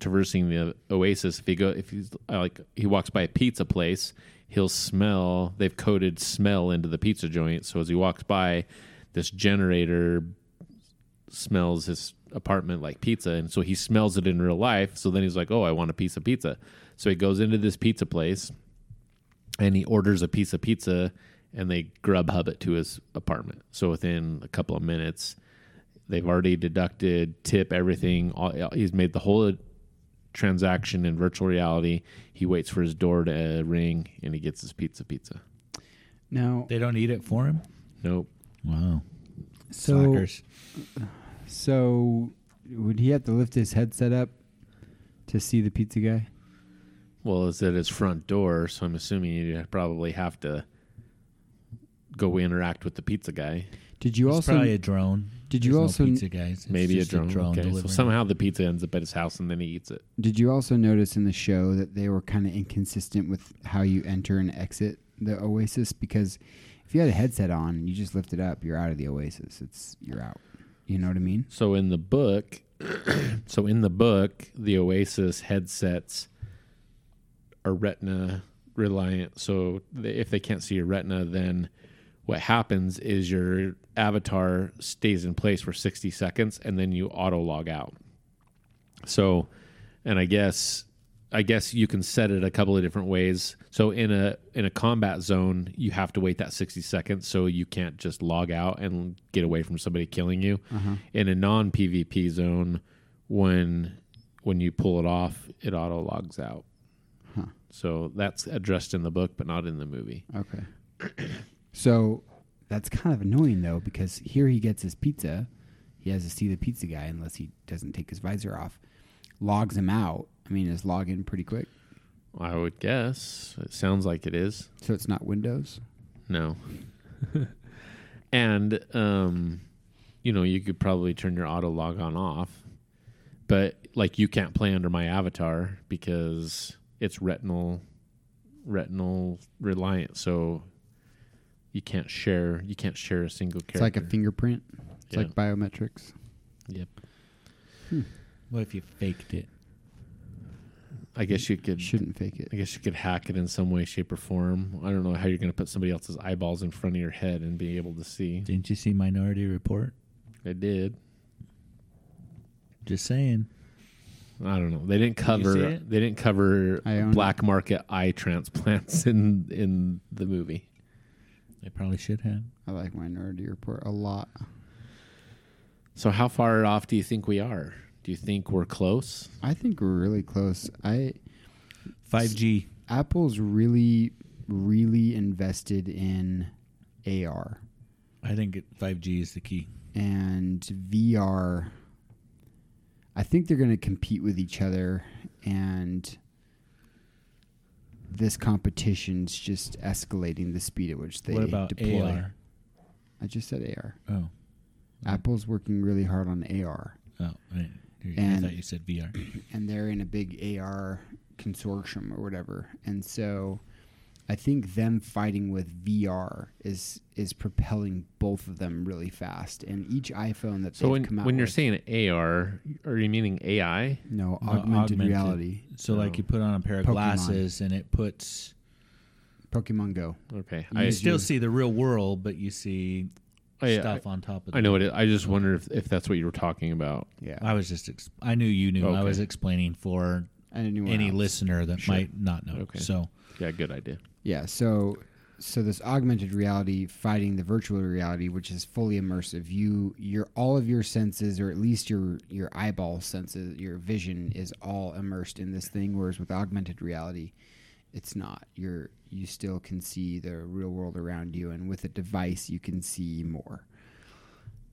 traversing the oasis, if he go if he's uh, like he walks by a pizza place, he'll smell. They've coded smell into the pizza joint, so as he walks by, this generator smells his apartment like pizza and so he smells it in real life so then he's like oh i want a piece of pizza so he goes into this pizza place and he orders a piece of pizza and they grub hub it to his apartment so within a couple of minutes they've already deducted tip everything all, he's made the whole transaction in virtual reality he waits for his door to ring and he gets his pizza pizza
Now,
they don't eat it for him.
nope
Wow,
so
slackers.
so would he have to lift his headset up to see the pizza guy?
Well, it's at his front door, so I'm assuming you probably have to go interact with the pizza guy.
Did you
It's
also
probably a drone.
did you
There's no
also-
pizza guys? It's
Maybe a
just
drone. okay, so
delivering.
somehow the pizza ends up at his house and then he eats it.
did you also notice in the show that they were kind of inconsistent with how you enter and exit the Oasis? Because if you had a headset on and you just lift it up, you're out of the Oasis. It's you're out. You know what I mean?
So in the book, so in the book, the Oasis headsets are retina reliant. So they, if they can't see your retina, then what happens is your avatar stays in place for 60 seconds and then you auto log out. So and I guess I guess you can set it a couple of different ways. So in a in a combat zone, you have to wait that 60 seconds so you can't just log out and get away from somebody killing you. In a non PvP zone, when when you pull it off, it auto logs out. So that's addressed in the book, but not in the movie.
Okay. so that's kind of annoying though, because here he gets his pizza. He has to see the pizza guy unless he doesn't take his visor off. Logs him out. I mean, is log in pretty quick.
I would guess it sounds like it is.
So it's not Windows.
No. and um you know, you could probably turn your auto log on off. But like you can't play under my avatar because it's retinal retinal reliant, so you can't share you can't share a single character.
It's like a fingerprint. It's
Yeah.
like biometrics.
Yep.
What if you faked it?
I guess you could
Shouldn't fake it.
I guess you could hack it in some way, shape or form. I don't know how you're gonna put somebody else's eyeballs in front of your head and be able to see.
Didn't you see Minority Report?
I did.
Just saying.
I don't know. They didn't
see
cover.
it?
They didn't cover
I own
black market eye transplants in in the movie.
They probably should have.
I like Minority Report a lot.
So how far off do you think we are? Do you think we're close?
I think we're really close. I
5G.
Apple's really really invested in AR
I think it, 5G is the key.
and VR. I think they're going to compete with each other, and this competition's just escalating the speed at which they
what about
deploy.
AR?
I just said AR.
Oh, Okay.
Apple's working really hard on AR,
oh, right. You- I
And-
thought you said VR.
and they're in a big AR consortium or whatever. And so I think them fighting with VR is is propelling both of them really fast. And each iPhone that
So
they've
when
come out
when you're
with-
saying uh, AR, are you meaning AI?
no
No,
augmented,
augmented.
reality,
So, like,
Oh.
you put on a pair of
Pokemon.
glasses and it puts.
Pokemon Go.
Okay,
You
I,
You
Is
still
your-
see the real world, but you see
I, I,
stuff on top of it.
I know it. Is. I just wonder if, if that's what you were talking about.
Yeah,
I was just. Ex- I knew you knew. I
Okay.
was explaining for
and anyone
any
else.
listener that
Sure.
might not know.
Okay.
So
Yeah, good idea.
Yeah, so so this augmented reality fighting the virtual reality, which is fully immersive. You your all of your senses, or at least your your eyeball senses, your vision is all immersed in this thing. Whereas with augmented reality, it's not. You're you still can see the real world around you, and with a device, you can see more.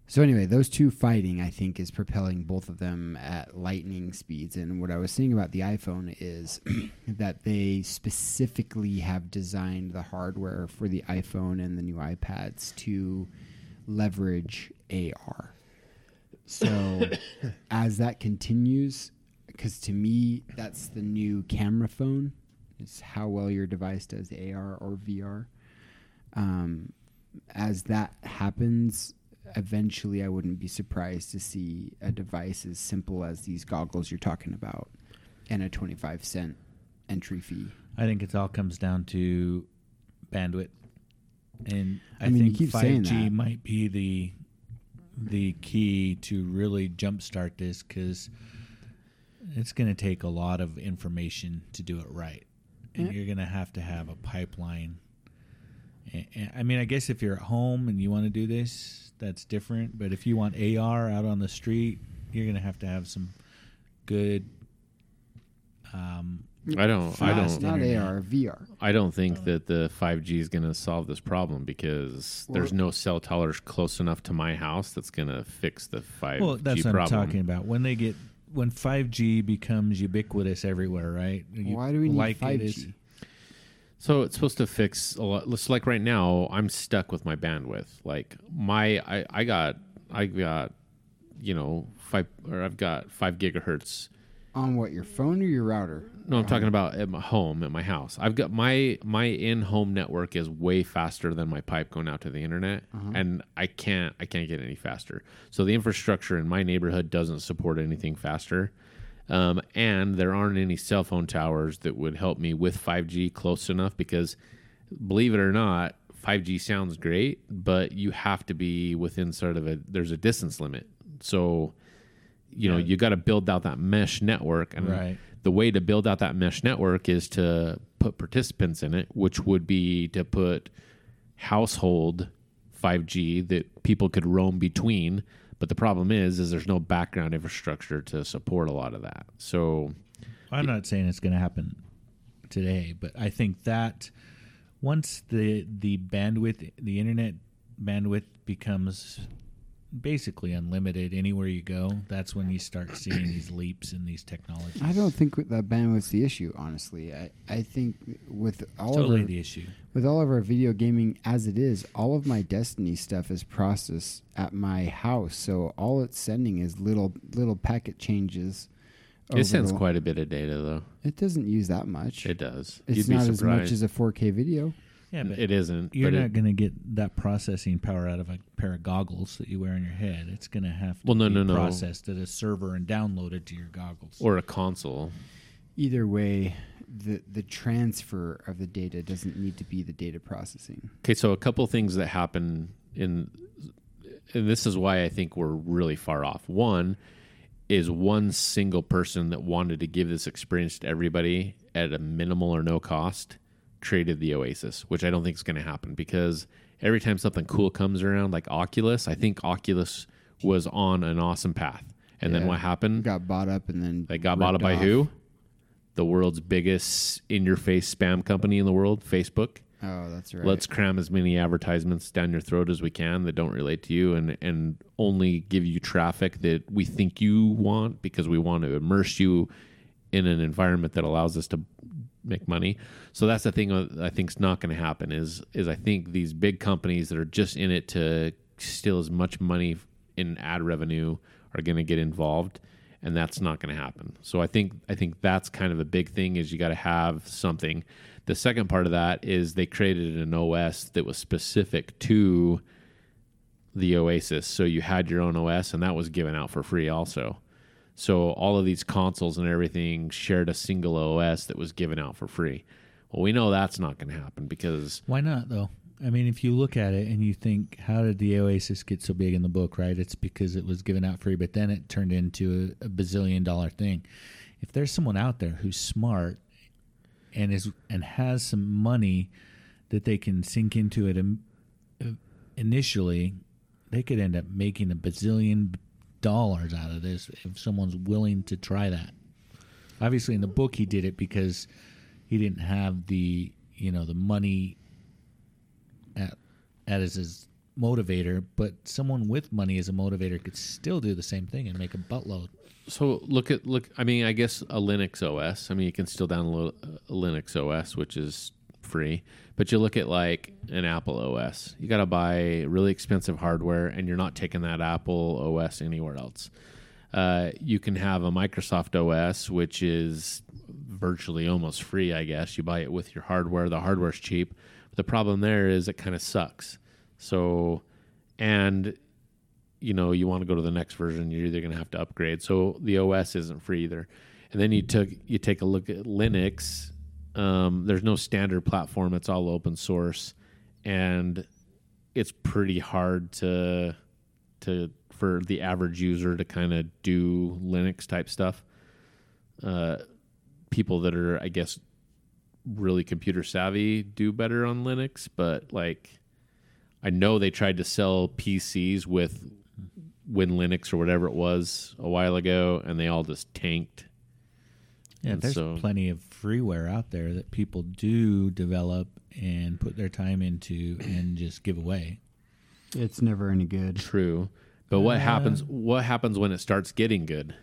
So anyway, those two fighting, I think, is propelling both of them at lightning speeds. And what I was saying about the iPhone is that they specifically have designed the hardware for the iPhone and the new iPads to leverage AR. So as that continues, because to me that's the new camera phone. It's how well your device does AR or VR. Um, as that happens, eventually I wouldn't be surprised to see a device as simple as these goggles you're talking about and a 25 cent entry fee.
I think it all comes down to bandwidth, and I,
I mean, you
think
keep saying
5G
that.
might be the the key to really jumpstart this because it's going to take a lot of information to do it right, and
Yeah.
you're going to have to have a pipeline. A- a- I mean, I guess if you're at home and you want to do this, that's different. But if you want AR out on the street, you're going to have to have some good. Um,
I don't. I
Mm, Fast,
don't.
not
Internet.
AR, VR.
I don't think that the 5G is going to solve this problem because there's no cell towers close enough to my house that's going to fix the 5G
Well, that's what
problem.
I'm talking about. When they get when 5G becomes ubiquitous everywhere, right? You-
Why do we need
it
5G?
is-
So it's supposed to fix a lot. So like right now, I'm stuck with my bandwidth. Like my, I, I got, I got, you know, five or I've got five gigahertz.
On what, your phone or your router?
No, I'm talking about at my home, at my house. I've got my my in-home network is way faster than my pipe going out to the internet, and I can't I can't get any faster. So the infrastructure in my neighborhood doesn't support anything faster, um, and there aren't any cell phone towers that would help me with 5G close enough. Because believe it or not, 5G sounds great, but you have to be within sort of a there's a distance limit. So you know you got to build out that mesh network and
Right.
the way to build out that mesh network is to put participants in it which would be to put household 5g that people could roam between but the problem is is there's no background infrastructure to support a lot of that
Oh,
so
I'm not saying it's going to happen today, but I think that once the the bandwidth, the internet bandwidth becomes basically unlimited anywhere you go, that's when you start seeing these leaps in these technologies.
I don't think that bandwidth's the issue, honestly. I, I think with all
totally
of our,
the issue.
with all of our video gaming as it is, all of my Destiny stuff is processed at my house, so all it's sending is little little packet changes. over
it sends
the-
quite a bit of data though
It doesn't use that much.
it does
it's
you'd
not
be
as much
surprised
as a 4K video.
Yeah, but
it isn't
you're
but
not
it,
going to get that processing power out of a pair of goggles that you wear on your head. It's going to have to
Well, no,
be
no, no.
processed at a server and downloaded to your goggles.
or a console
Either way, the the transfer of the data doesn't need to be the data processing.
Okay, so a couple things that happen in, and this is why I think we're really far off. One is one single person that wanted to give this experience to everybody at a minimal or no cost created the Oasis, which I don't think is going to happen because every time something cool comes around, like Oculus, I think Oculus was on an awesome path, and then
Yeah.
what happened?
Got bought up and then
They got bought up by
ripped off.
who? the world's biggest in-your-face spam company in the world, Facebook.
Oh, that's right.
Let's cram as many advertisements down your throat as we can that don't relate to you and, and only give you traffic that we think you want because we want to immerse you in an environment that allows us to make money. So that's the thing that I think's not going to happen is is I think these big companies that are just in it to steal as much money in ad revenue are going to get involved and that's not going to happen. So I think I think that's kind of a big thing is you got to have something. The second part of that is they created an OS that was specific to the Oasis. So you had your own OS and that was given out for free also. So all of these consoles and everything shared a single OS that was given out for free. Well, we know that's not going to happen because
Why not though? I mean, if you look at it and you think, how did the Oasis get so big in the book? Right? It's because it was given out free, but then it turned into a, a bazillion dollar thing. If there's someone out there who's smart and is and has some money that they can sink into it im- initially, they could end up making a bazillion dollars out of this if someone's willing to try that. Obviously, in the book, he did it because he didn't have the you know the money at, at as his motivator, but someone with money as a motivator could still do the same thing and make a buttload.
so look at look i mean i guess a linux os i mean you can still download a linux os which is free but you look at like an apple os you got to buy really expensive hardware and you're not taking that apple os anywhere else uh, you can have a microsoft os which is virtually almost free i guess you buy it with your hardware the hardware's cheap but the problem there is it kind of sucks so and you know you want to go to the next version you're either going to have to upgrade so the os isn't free either and then you took you take a look at linux um, there's no standard platform it's all open source and it's pretty hard to to for the average user to kind of do linux type stuff uh, people that are i guess really computer savvy do better on linux but like I know they tried to sell PCs with Win Linux or whatever it was a while ago, and they all just tanked.
Yeah,
And
there's
so-
plenty of freeware out there that people do develop and put their time into and just give away.
it's never any good.
True, but what happens? What happens when it starts getting good?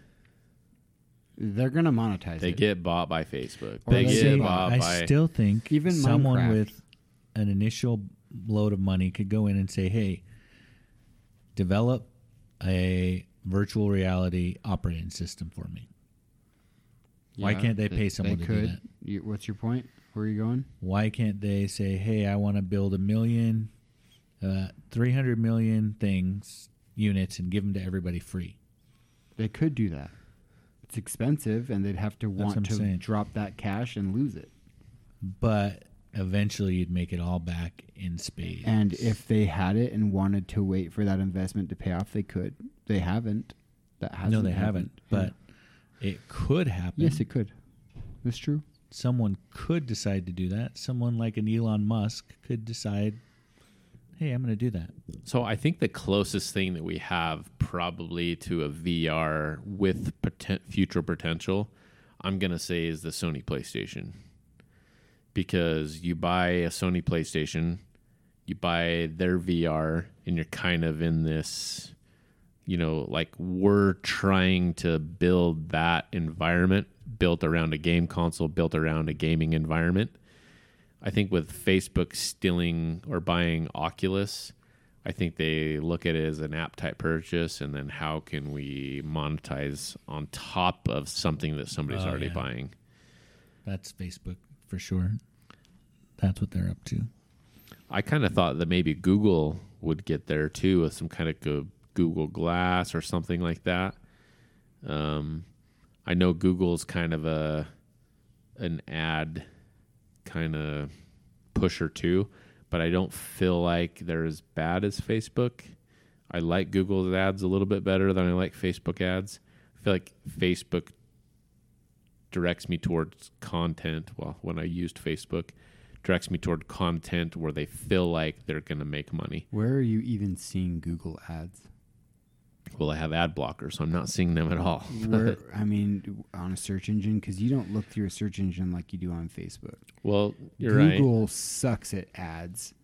They're gonna monetize
They
it.
get bought by Facebook.
Or
They
they
get
say,
bought
I
by.
still think
Even
someone
Minecraft.
with an initial load of money could go in and say, "Hey, develop a virtual reality operating system for me." Why
Yeah,
can't they
they-
pay someone
they
to do
could.
that?
You, what's your point? Where are you going?
why can't they say hey i want to build a million uh, 300 million things units and give them to everybody free
They could do that. It's expensive, and they'd have to
what I'm
want to
saying.
drop that cash and lose it.
but eventually you'd make it all back in space
And if they had it and wanted to wait for that investment to pay off, they could. They haven't. That hasn't.
no they
happened.
haven't but it could happen
yes, it could. That's true.
someone could decide to do that someone like an elon musk could decide hey i'm going to do that
So I think the closest thing that we have probably to a VR with poten- future potential, I'm gonna say, is the Sony PlayStation, because you buy a Sony PlayStation, you buy their VR, and you're kind of in this, you know, like we're trying to build that environment built around a game console, built around a gaming environment. I think with Facebook stealing or buying Oculus, I think they look at it as an app type purchase and then how can we monetize on top of something that somebody's
Oh,
already
yeah.
buying.
that's facebook for sure that's what they're up to
I kind of thought that maybe Google would get there too with some kind of go- Google Glass or something like that. Um, I know Google's kind of a an ad kind of pusher too, but I don't feel like they're as bad as Facebook. I like Google's ads a little bit better than I like Facebook ads. I feel like Facebook directs me towards content. Well, when I used Facebook, directs me toward content where they feel like they're going to make money.
Where are you even seeing Google ads?
well, I have ad blocker, so I'm not seeing them at
Oh.
all.
Where, I mean, on a search engine, because you don't look through a search engine like you do on Facebook.
well, you're right.
Google sucks at ads,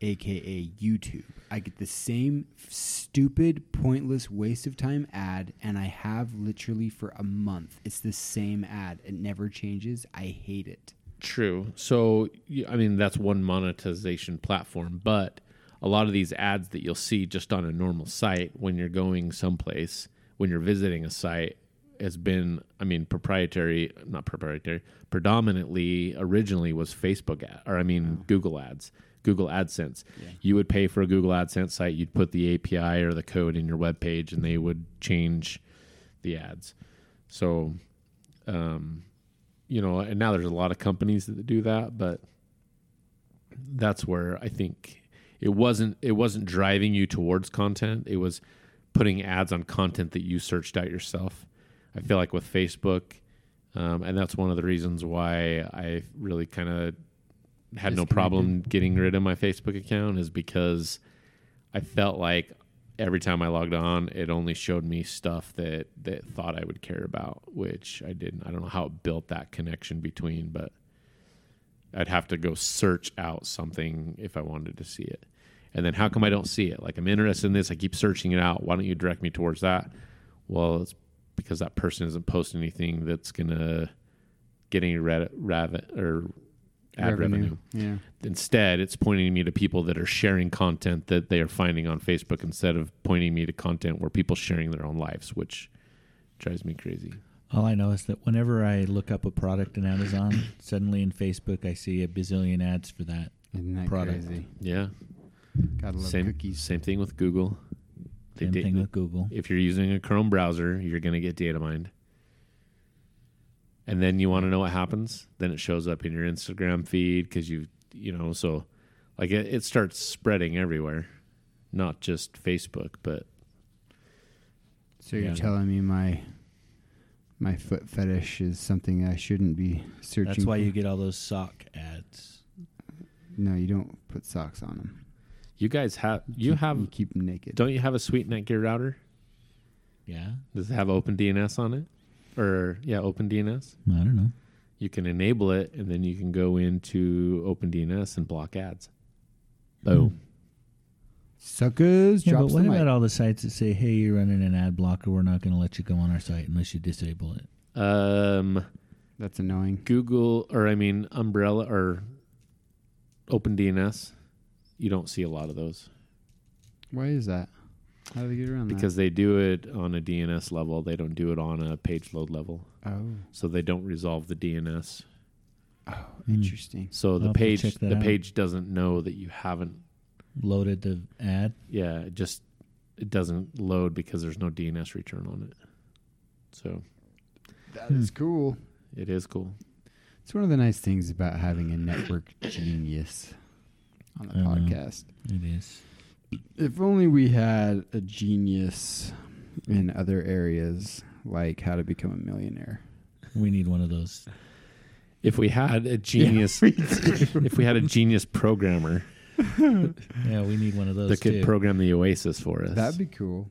aka YouTube. I get the same stupid, pointless, waste of time ad, and I have literally for a month. It's the same ad. It never changes. I hate it.
True. So, y- I mean, that's one monetization platform, but a lot of these ads that you'll see just on a normal site when you're going someplace, when you're visiting a site, has been, I mean, proprietary, not proprietary, predominantly originally was Facebook ad, or I mean, Google ads, Google AdSense. You would pay for a Google AdSense site, you'd put the API or the code in your web page, and they would change the ads. So, um, you know, and now there's a lot of companies that do that, but that's where I think it wasn't it wasn't driving you towards content. It was putting ads on content that you searched out yourself. I feel like with Facebook, um, and that's one of the reasons why I really kind of had no problem getting rid of my Facebook account is because I felt like every time I logged on, it only showed me stuff that that thought I would care about, which I didn't. I don't know how it built that connection between, but I'd have to go search out something if I wanted to see it. And then how come I don't see it? Like I'm interested in this, I keep searching it out. Why don't you direct me towards that? Well, it's because that person isn't posting anything that's gonna get any red, rav- or ad revenue.
Yeah.
Instead, it's pointing me to people that are sharing content that they are finding on Facebook instead of pointing me to content where people sharing their own lives, which drives me crazy.
All I know is that whenever I look up a product in Amazon, suddenly in Facebook I see a bazillion ads for that.
Isn't that
Product.
crazy?
Yeah.
Gotta love
Same
cookies.
same thing with Google. They
Same
did-
thing with Google.
If you're using a Chrome browser, you're going to get data mined. And then you want to know what happens? Then it shows up in your Instagram feed because you, you know, so like it, it starts spreading everywhere, not just Facebook, but
So you're
Yeah.
telling me my my foot fetish is something I shouldn't be searching.
That's why
for?
you get all those sock ads.
No, you don't put socks on them.
you guys have, you
You
have,
keep them naked.
don't you have a sweet Netgear router?
Yeah,
Does it have open DNS on it? Or, yeah, open DNS?
I don't know.
You can enable it and then you can go into open DNS and block ads. Boom.
Suckers,
Yeah,
drop
but what
some
about
light.
all the sites that say, "Hey, you're running an ad blocker. We're not going to let you go on our site unless you disable it."
Um,
That's annoying.
Google or I mean Umbrella or OpenDNS, you don't see a lot of those
Why is that? How do they get around
because they do it on a DNS level. They don't do it on a page load level,
that? Oh,
so they don't resolve the DNS.
oh, interesting.
So the
have to
page
check that
the
out.
page doesn't know that you haven't.
Loaded the ad.
Yeah, it just it doesn't load because there's no DNS return on it. So
That is cool.
it is cool.
It's one of the nice things about having a network genius on the
I know.
podcast.
It is.
If only we had a genius in other areas, like how to become a millionaire.
We need one of those.
If we had a genius, if we had a genius programmer
Yeah, we need one of those
that could
too.
program the Oasis for us,
That'd be cool.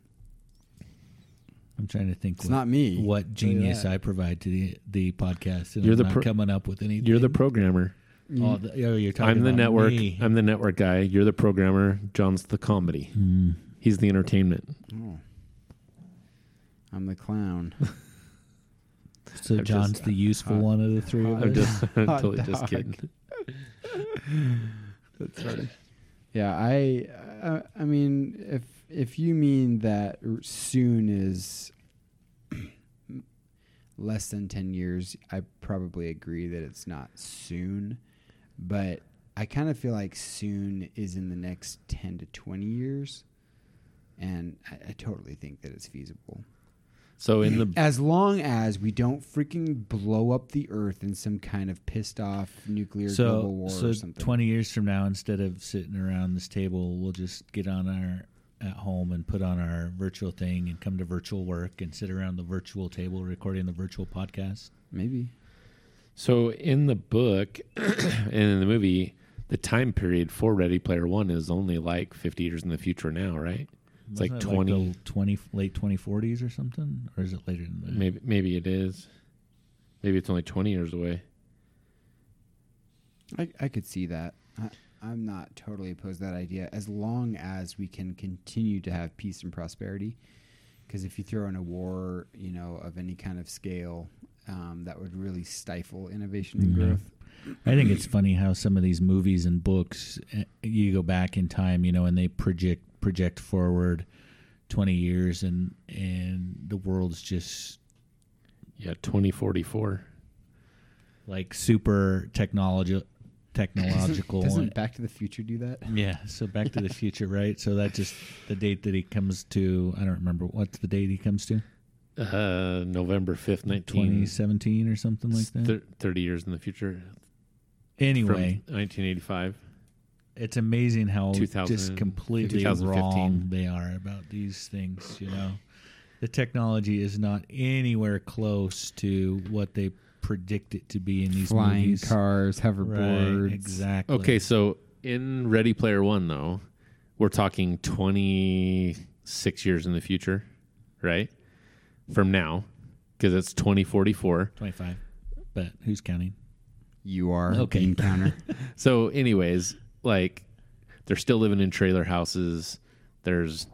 I'm trying to think
It's
what,
not me.
what genius
Yeah.
I provide to the the podcast. And
You're
I'm
the
not
pro-
coming up with anything.
you're the programmer.
Mm.
Oh, the, oh, you're talking
I'm the
about
network.
me.
I'm the network guy. You're the programmer. John's the comedy.
Mm.
He's the entertainment.
Oh. I'm the clown.
So
I'm
John's
just-
the useful
uh,
one of the three of
I'm
us.
just I'm
Hot
totally just
dog.
kidding.
That's funny. Yeah, I, I, I mean, if if you mean that r- soon is less than ten years, I probably agree that it's not soon, but I kind of feel like soon is in the next ten to twenty years, and I, I totally think that it's feasible.
So in the
As long as we don't freaking blow up the Earth in some kind of pissed off nuclear global
so
war
so
or something.
20 years from now, instead of sitting around this table, we'll just get on our at home and put on our virtual thing and come to virtual work and sit around the virtual table recording the virtual podcast.
Maybe.
so in the book and in the movie, the time period for Ready Player One is only like 50 years in the future now, right? It's like
Wasn't it
20.
the 20 late 2040s or something, or is it later than that?
Maybe maybe it is. Maybe it's only twenty years away.
I, I could see that. I, I'm not totally opposed to that idea as long as we can continue to have peace and prosperity. Because if you throw in a war, you know, of any kind of scale, um, that would really stifle innovation and
Yeah.
growth.
I think it's funny how some of these movies and books, eh, you go back in time, you know, and they project project forward twenty years, and and the world's just
Yeah, twenty forty four.
like super technology technological.
Doesn't Back to the Future do that?
yeah, so Back to the Future, right? So that just the date that he comes to. I don't remember what's the date he comes to.
Uh, November fifth,
Twenty
nineteen.
seventeen or something like that.
Thir- Thirty years in the future.
anyway,
from nineteen eighty five.
it's amazing how
2000
just completely
2015.
wrong they are about these things. You know, the technology is not anywhere close to what they predict it to be in these
Flying
movies.
cars, hoverboards.
right? Exactly.
Okay, so in Ready Player One, though, we're talking twenty six years in the future, right? From now, because it's twenty forty four.
twenty-five. But who's counting?
You are
Okay.
bean counter.
So, anyways, like they're still living in trailer houses. There's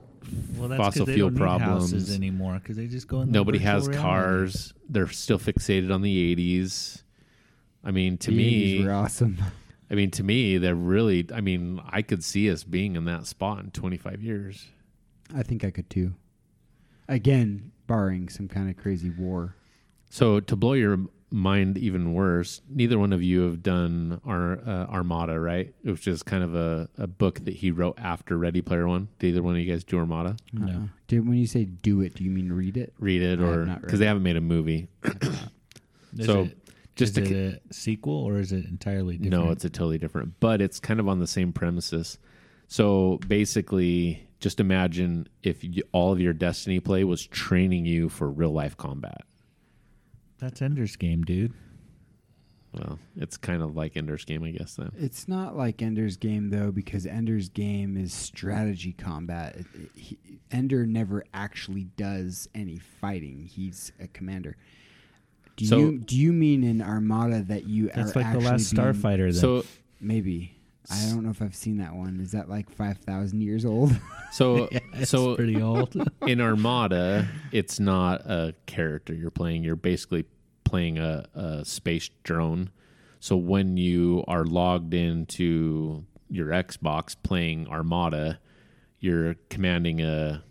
Well, that's 'cause
fossil
they
fuel
don't need houses
problems.
anymore because they just go in. the
Nobody
virtual
has
reality.
cars. They're still fixated on the '80s. I mean, to me,
These were awesome.
I mean, to me, they're really. I mean, I could see us being in that spot in 25 years.
I think I could too. Again, barring some kind of crazy war.
So to blow your mind even worse, neither one of you have done Ar- uh, Armada, right? Which is kind of a, a book that he wrote after Ready Player One. Did either one of you guys do Armada?
Uh-uh. Do, when you say do it, do you mean read it?
Read it,
I have
or
not read
because they haven't made a movie.
Is
So,
it-
just
is
to
it a sequel or is it entirely different?
No, it's a totally different, but it's kind of on the same premises. So basically, just imagine if you, all of your Destiny play was training you for real life combat.
that's Ender's Game, dude.
Well, it's kind of like Ender's Game, I guess. Then
It's not like Ender's Game though, because Ender's Game is strategy combat. It- it- he- Ender never actually does any fighting. He's a commander. Do
So-
you do you mean in Armada that you
That's
are
like the
actually
last
being-
Starfighter. Though.
so
Maybe I don't know if I've seen that one. Is that like five thousand years old?
so
It's
so
pretty old.
in Armada, it's not a character you're playing. You're basically playing a, a space drone. So when you are logged into your Xbox playing Armada, you're commanding a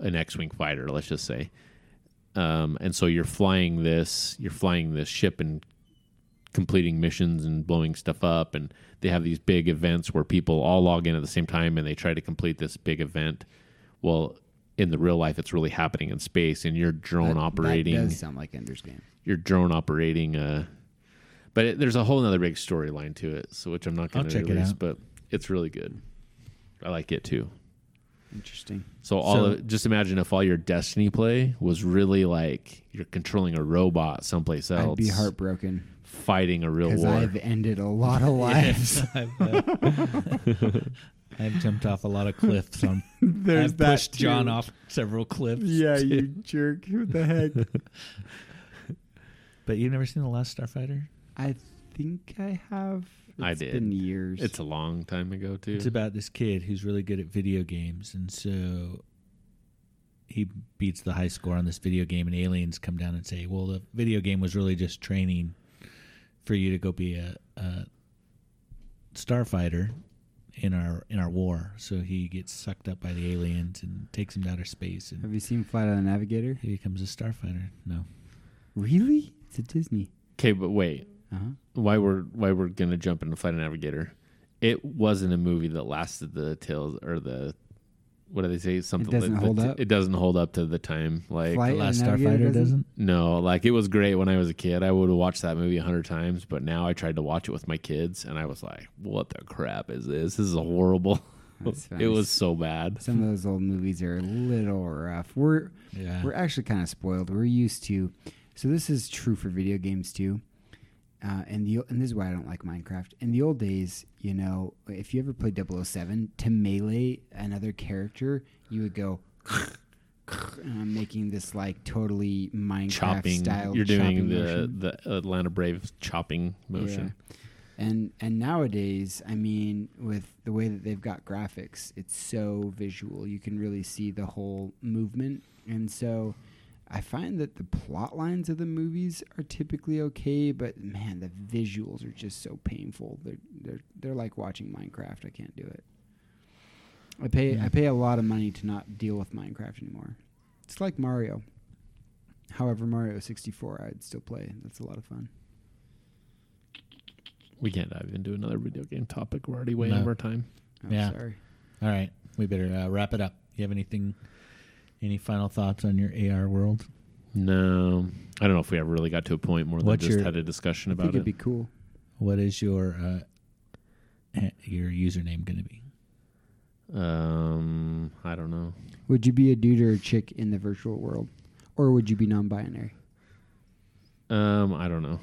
an X-wing fighter, let's just say. Um, and so you're flying this, you're flying this ship and completing missions and blowing stuff up. And they have these big events where people all log in at the same time and they try to complete this big event. Well, in the real life, it's really happening in space, and your drone operating
That does sound like Ender's Game.
your drone operating. Uh, but it, there's a whole other big storyline to it, so which I'm not
I'll
going to
check it
release,
out.
but it's really good. I like it too.
Interesting.
So all
So-
of, just imagine if all your Destiny play was really like you're controlling a robot someplace else,
I'd be heartbroken
fighting a real
because
war.
I've ended a lot of lives.
I've, uh, I've jumped off a lot of cliffs. On,
There's
I've
that
pushed John
too.
off several cliffs.
Yeah,
too.
you jerk! What the heck?
but you've never seen the Last Starfighter?
I think I have.
I
It's
did.
Been years.
It's a long time ago too.
It's about this kid who's really good at video games, and so he beats the high score on this video game, and aliens come down and say, "Well, the video game was really just training for you to go be a, a starfighter in our in our war." So he gets sucked up by the aliens and takes him to outer space, and
have you seen Flight of the Navigator?
he becomes a starfighter. No,
Really? It's a Disney.
okay, but wait,
Uh-huh.
why we're why we're gonna jump into Flight Navigator? It wasn't a movie that lasted the tales or the what do they say? Something
doesn't
like the
hold
t-
up?
It doesn't hold up to the time. Like
Flight
the
of the
Last
Navigator
Starfighter doesn't.
No, like it was great when I was a kid. I would have watched that movie a hundred times, but now I tried to watch it with my kids, and I was like, "What the crap is this? This is horrible."
That's
It
nice.
was so bad.
Some of those old movies are a little rough. We're
Yeah.
we're actually kind of spoiled. We're used to. So this is true for video games too. uh, in the and this is why I don't like Minecraft. In the old days, you know, if you ever played 007, to melee another character, you would go. and I'm making this like totally Minecraft
chopping.
style.
You're doing
chopping
the
motion.
the Atlanta Braves chopping motion.
Yeah. And and nowadays, I mean, with the way that they've got graphics, it's so visual. You can really see the whole movement. And so I find that the plot lines of the movies are typically okay, but man, the visuals are just so painful. They're they're they're like watching Minecraft. I can't do it. I pay I pay a lot of money to not deal with Minecraft anymore. It's like Mario. However, Mario 64 I'd still play. That's a lot of fun.
We can't dive into another video game topic. We're already way
No.
over time.
I'm
Yeah.
sorry.
All right, we better uh, wrap it up. You have anything? Any final thoughts on your AR world?
No, I don't know if we ever really got to a point more than
What's
just
your-
had a discussion
I think
about
it'd
it.
be cool.
What is your uh, eh, your username going to be?
um, I don't know.
Would you be a dude or a chick in the virtual world, or would you be non-binary?
Um, I don't know.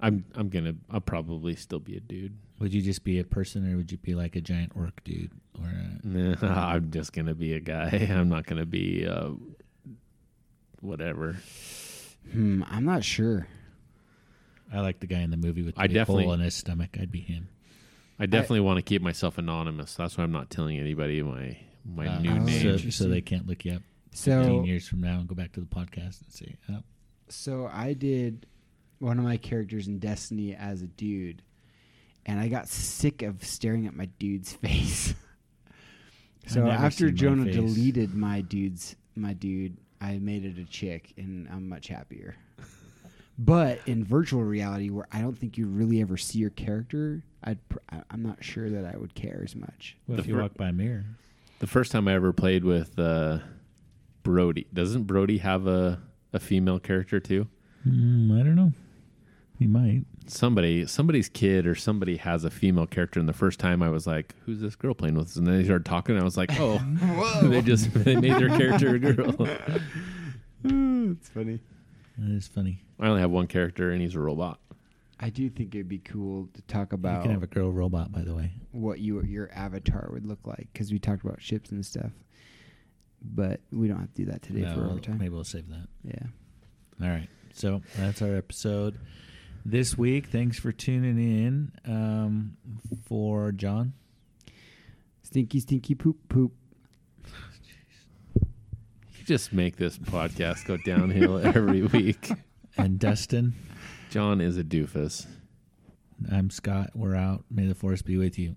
I'm I'm gonna. I'll probably still be a dude.
Would you just be a person, or would you be like a giant orc dude? Or a,
Nah, I'm just gonna be a guy. I'm not gonna be uh, whatever.
Hmm, I'm not sure.
I like the guy in the movie with the
I
big
definitely-
hole in his stomach. I'd be him.
I definitely want to keep myself anonymous. That's why I'm not telling anybody my my
Uh,
new
oh.
name.
so, so they can't look you up.
So,
15 years from now and go back to the podcast and say, oh,
so I did one of my characters in Destiny as a dude, and I got sick of staring at my dude's face. so
never
after
seen my
Jonah
face.
deleted my dude's my dude, I made it a chick, and I'm much happier. But in virtual reality, where I don't think you really ever see your character, I'd pr- I- I'm not sure that I would care as much.
what
The
if you
fir-
walk by a mirror?
The first time I ever played with uh, Brody. Doesn't Brody have a a female character too?
Mm, I don't know. He might.
Somebody somebody's kid or somebody has a female character. And the first time I was like, "Who's this girl playing with?" And then they started talking, and I was like, "Oh, they just they made their character a girl."
Hmm,
it's funny.
That is funny.
I only have one character, and he's a robot.
I do think it'd be cool to talk
You
about
can have a girl robot, by the way.
what you, your avatar would look like because we talked about ships and stuff. But we don't have to do that today
No,
for
we'll-
overtime.
Maybe we'll save that.
Yeah.
All right. So that's our episode this week. Thanks for tuning in. Um, for John,
Stinky, stinky poop, poop.
You just make this podcast go downhill every week.
and Dustin,
John is a doofus.
I'm Scott. We're out. May the force be with you.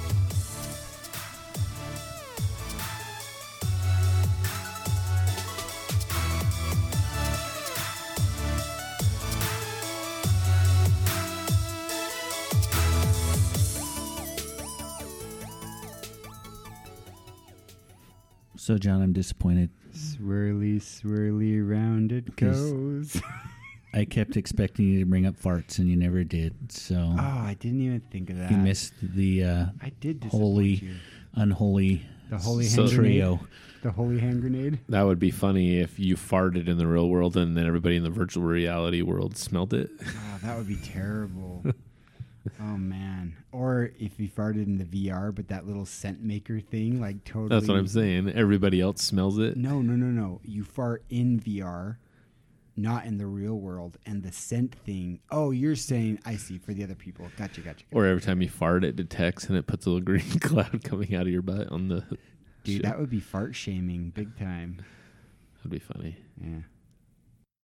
So John, I'm disappointed.
Swirly, swirly, round it
Please.
goes.
I kept expecting you to bring up farts, and you never did. So
oh, I didn't even think of that.
you missed the uh,
I did disappoint
holy,
you.
unholy
The holy
So-
hand grenade.
trio.
The holy hand grenade.
That would be funny if you farted in the real world and then everybody in the virtual reality world smelled it.
Oh, that would be terrible. oh man. Or if you farted in the VR, but that little scent maker thing, like totally.
That's what I'm saying. Everybody else smells it.
No, no, no, no. You fart in VR, not in the real world, and the scent thing. Oh, you're saying I see for the other people. Gotcha, gotcha. gotcha.
Or every time you fart, it detects and it puts a little green cloud coming out of your butt on the.
Dude,
shit.
that would be fart shaming big time.
That'd be funny.
Yeah.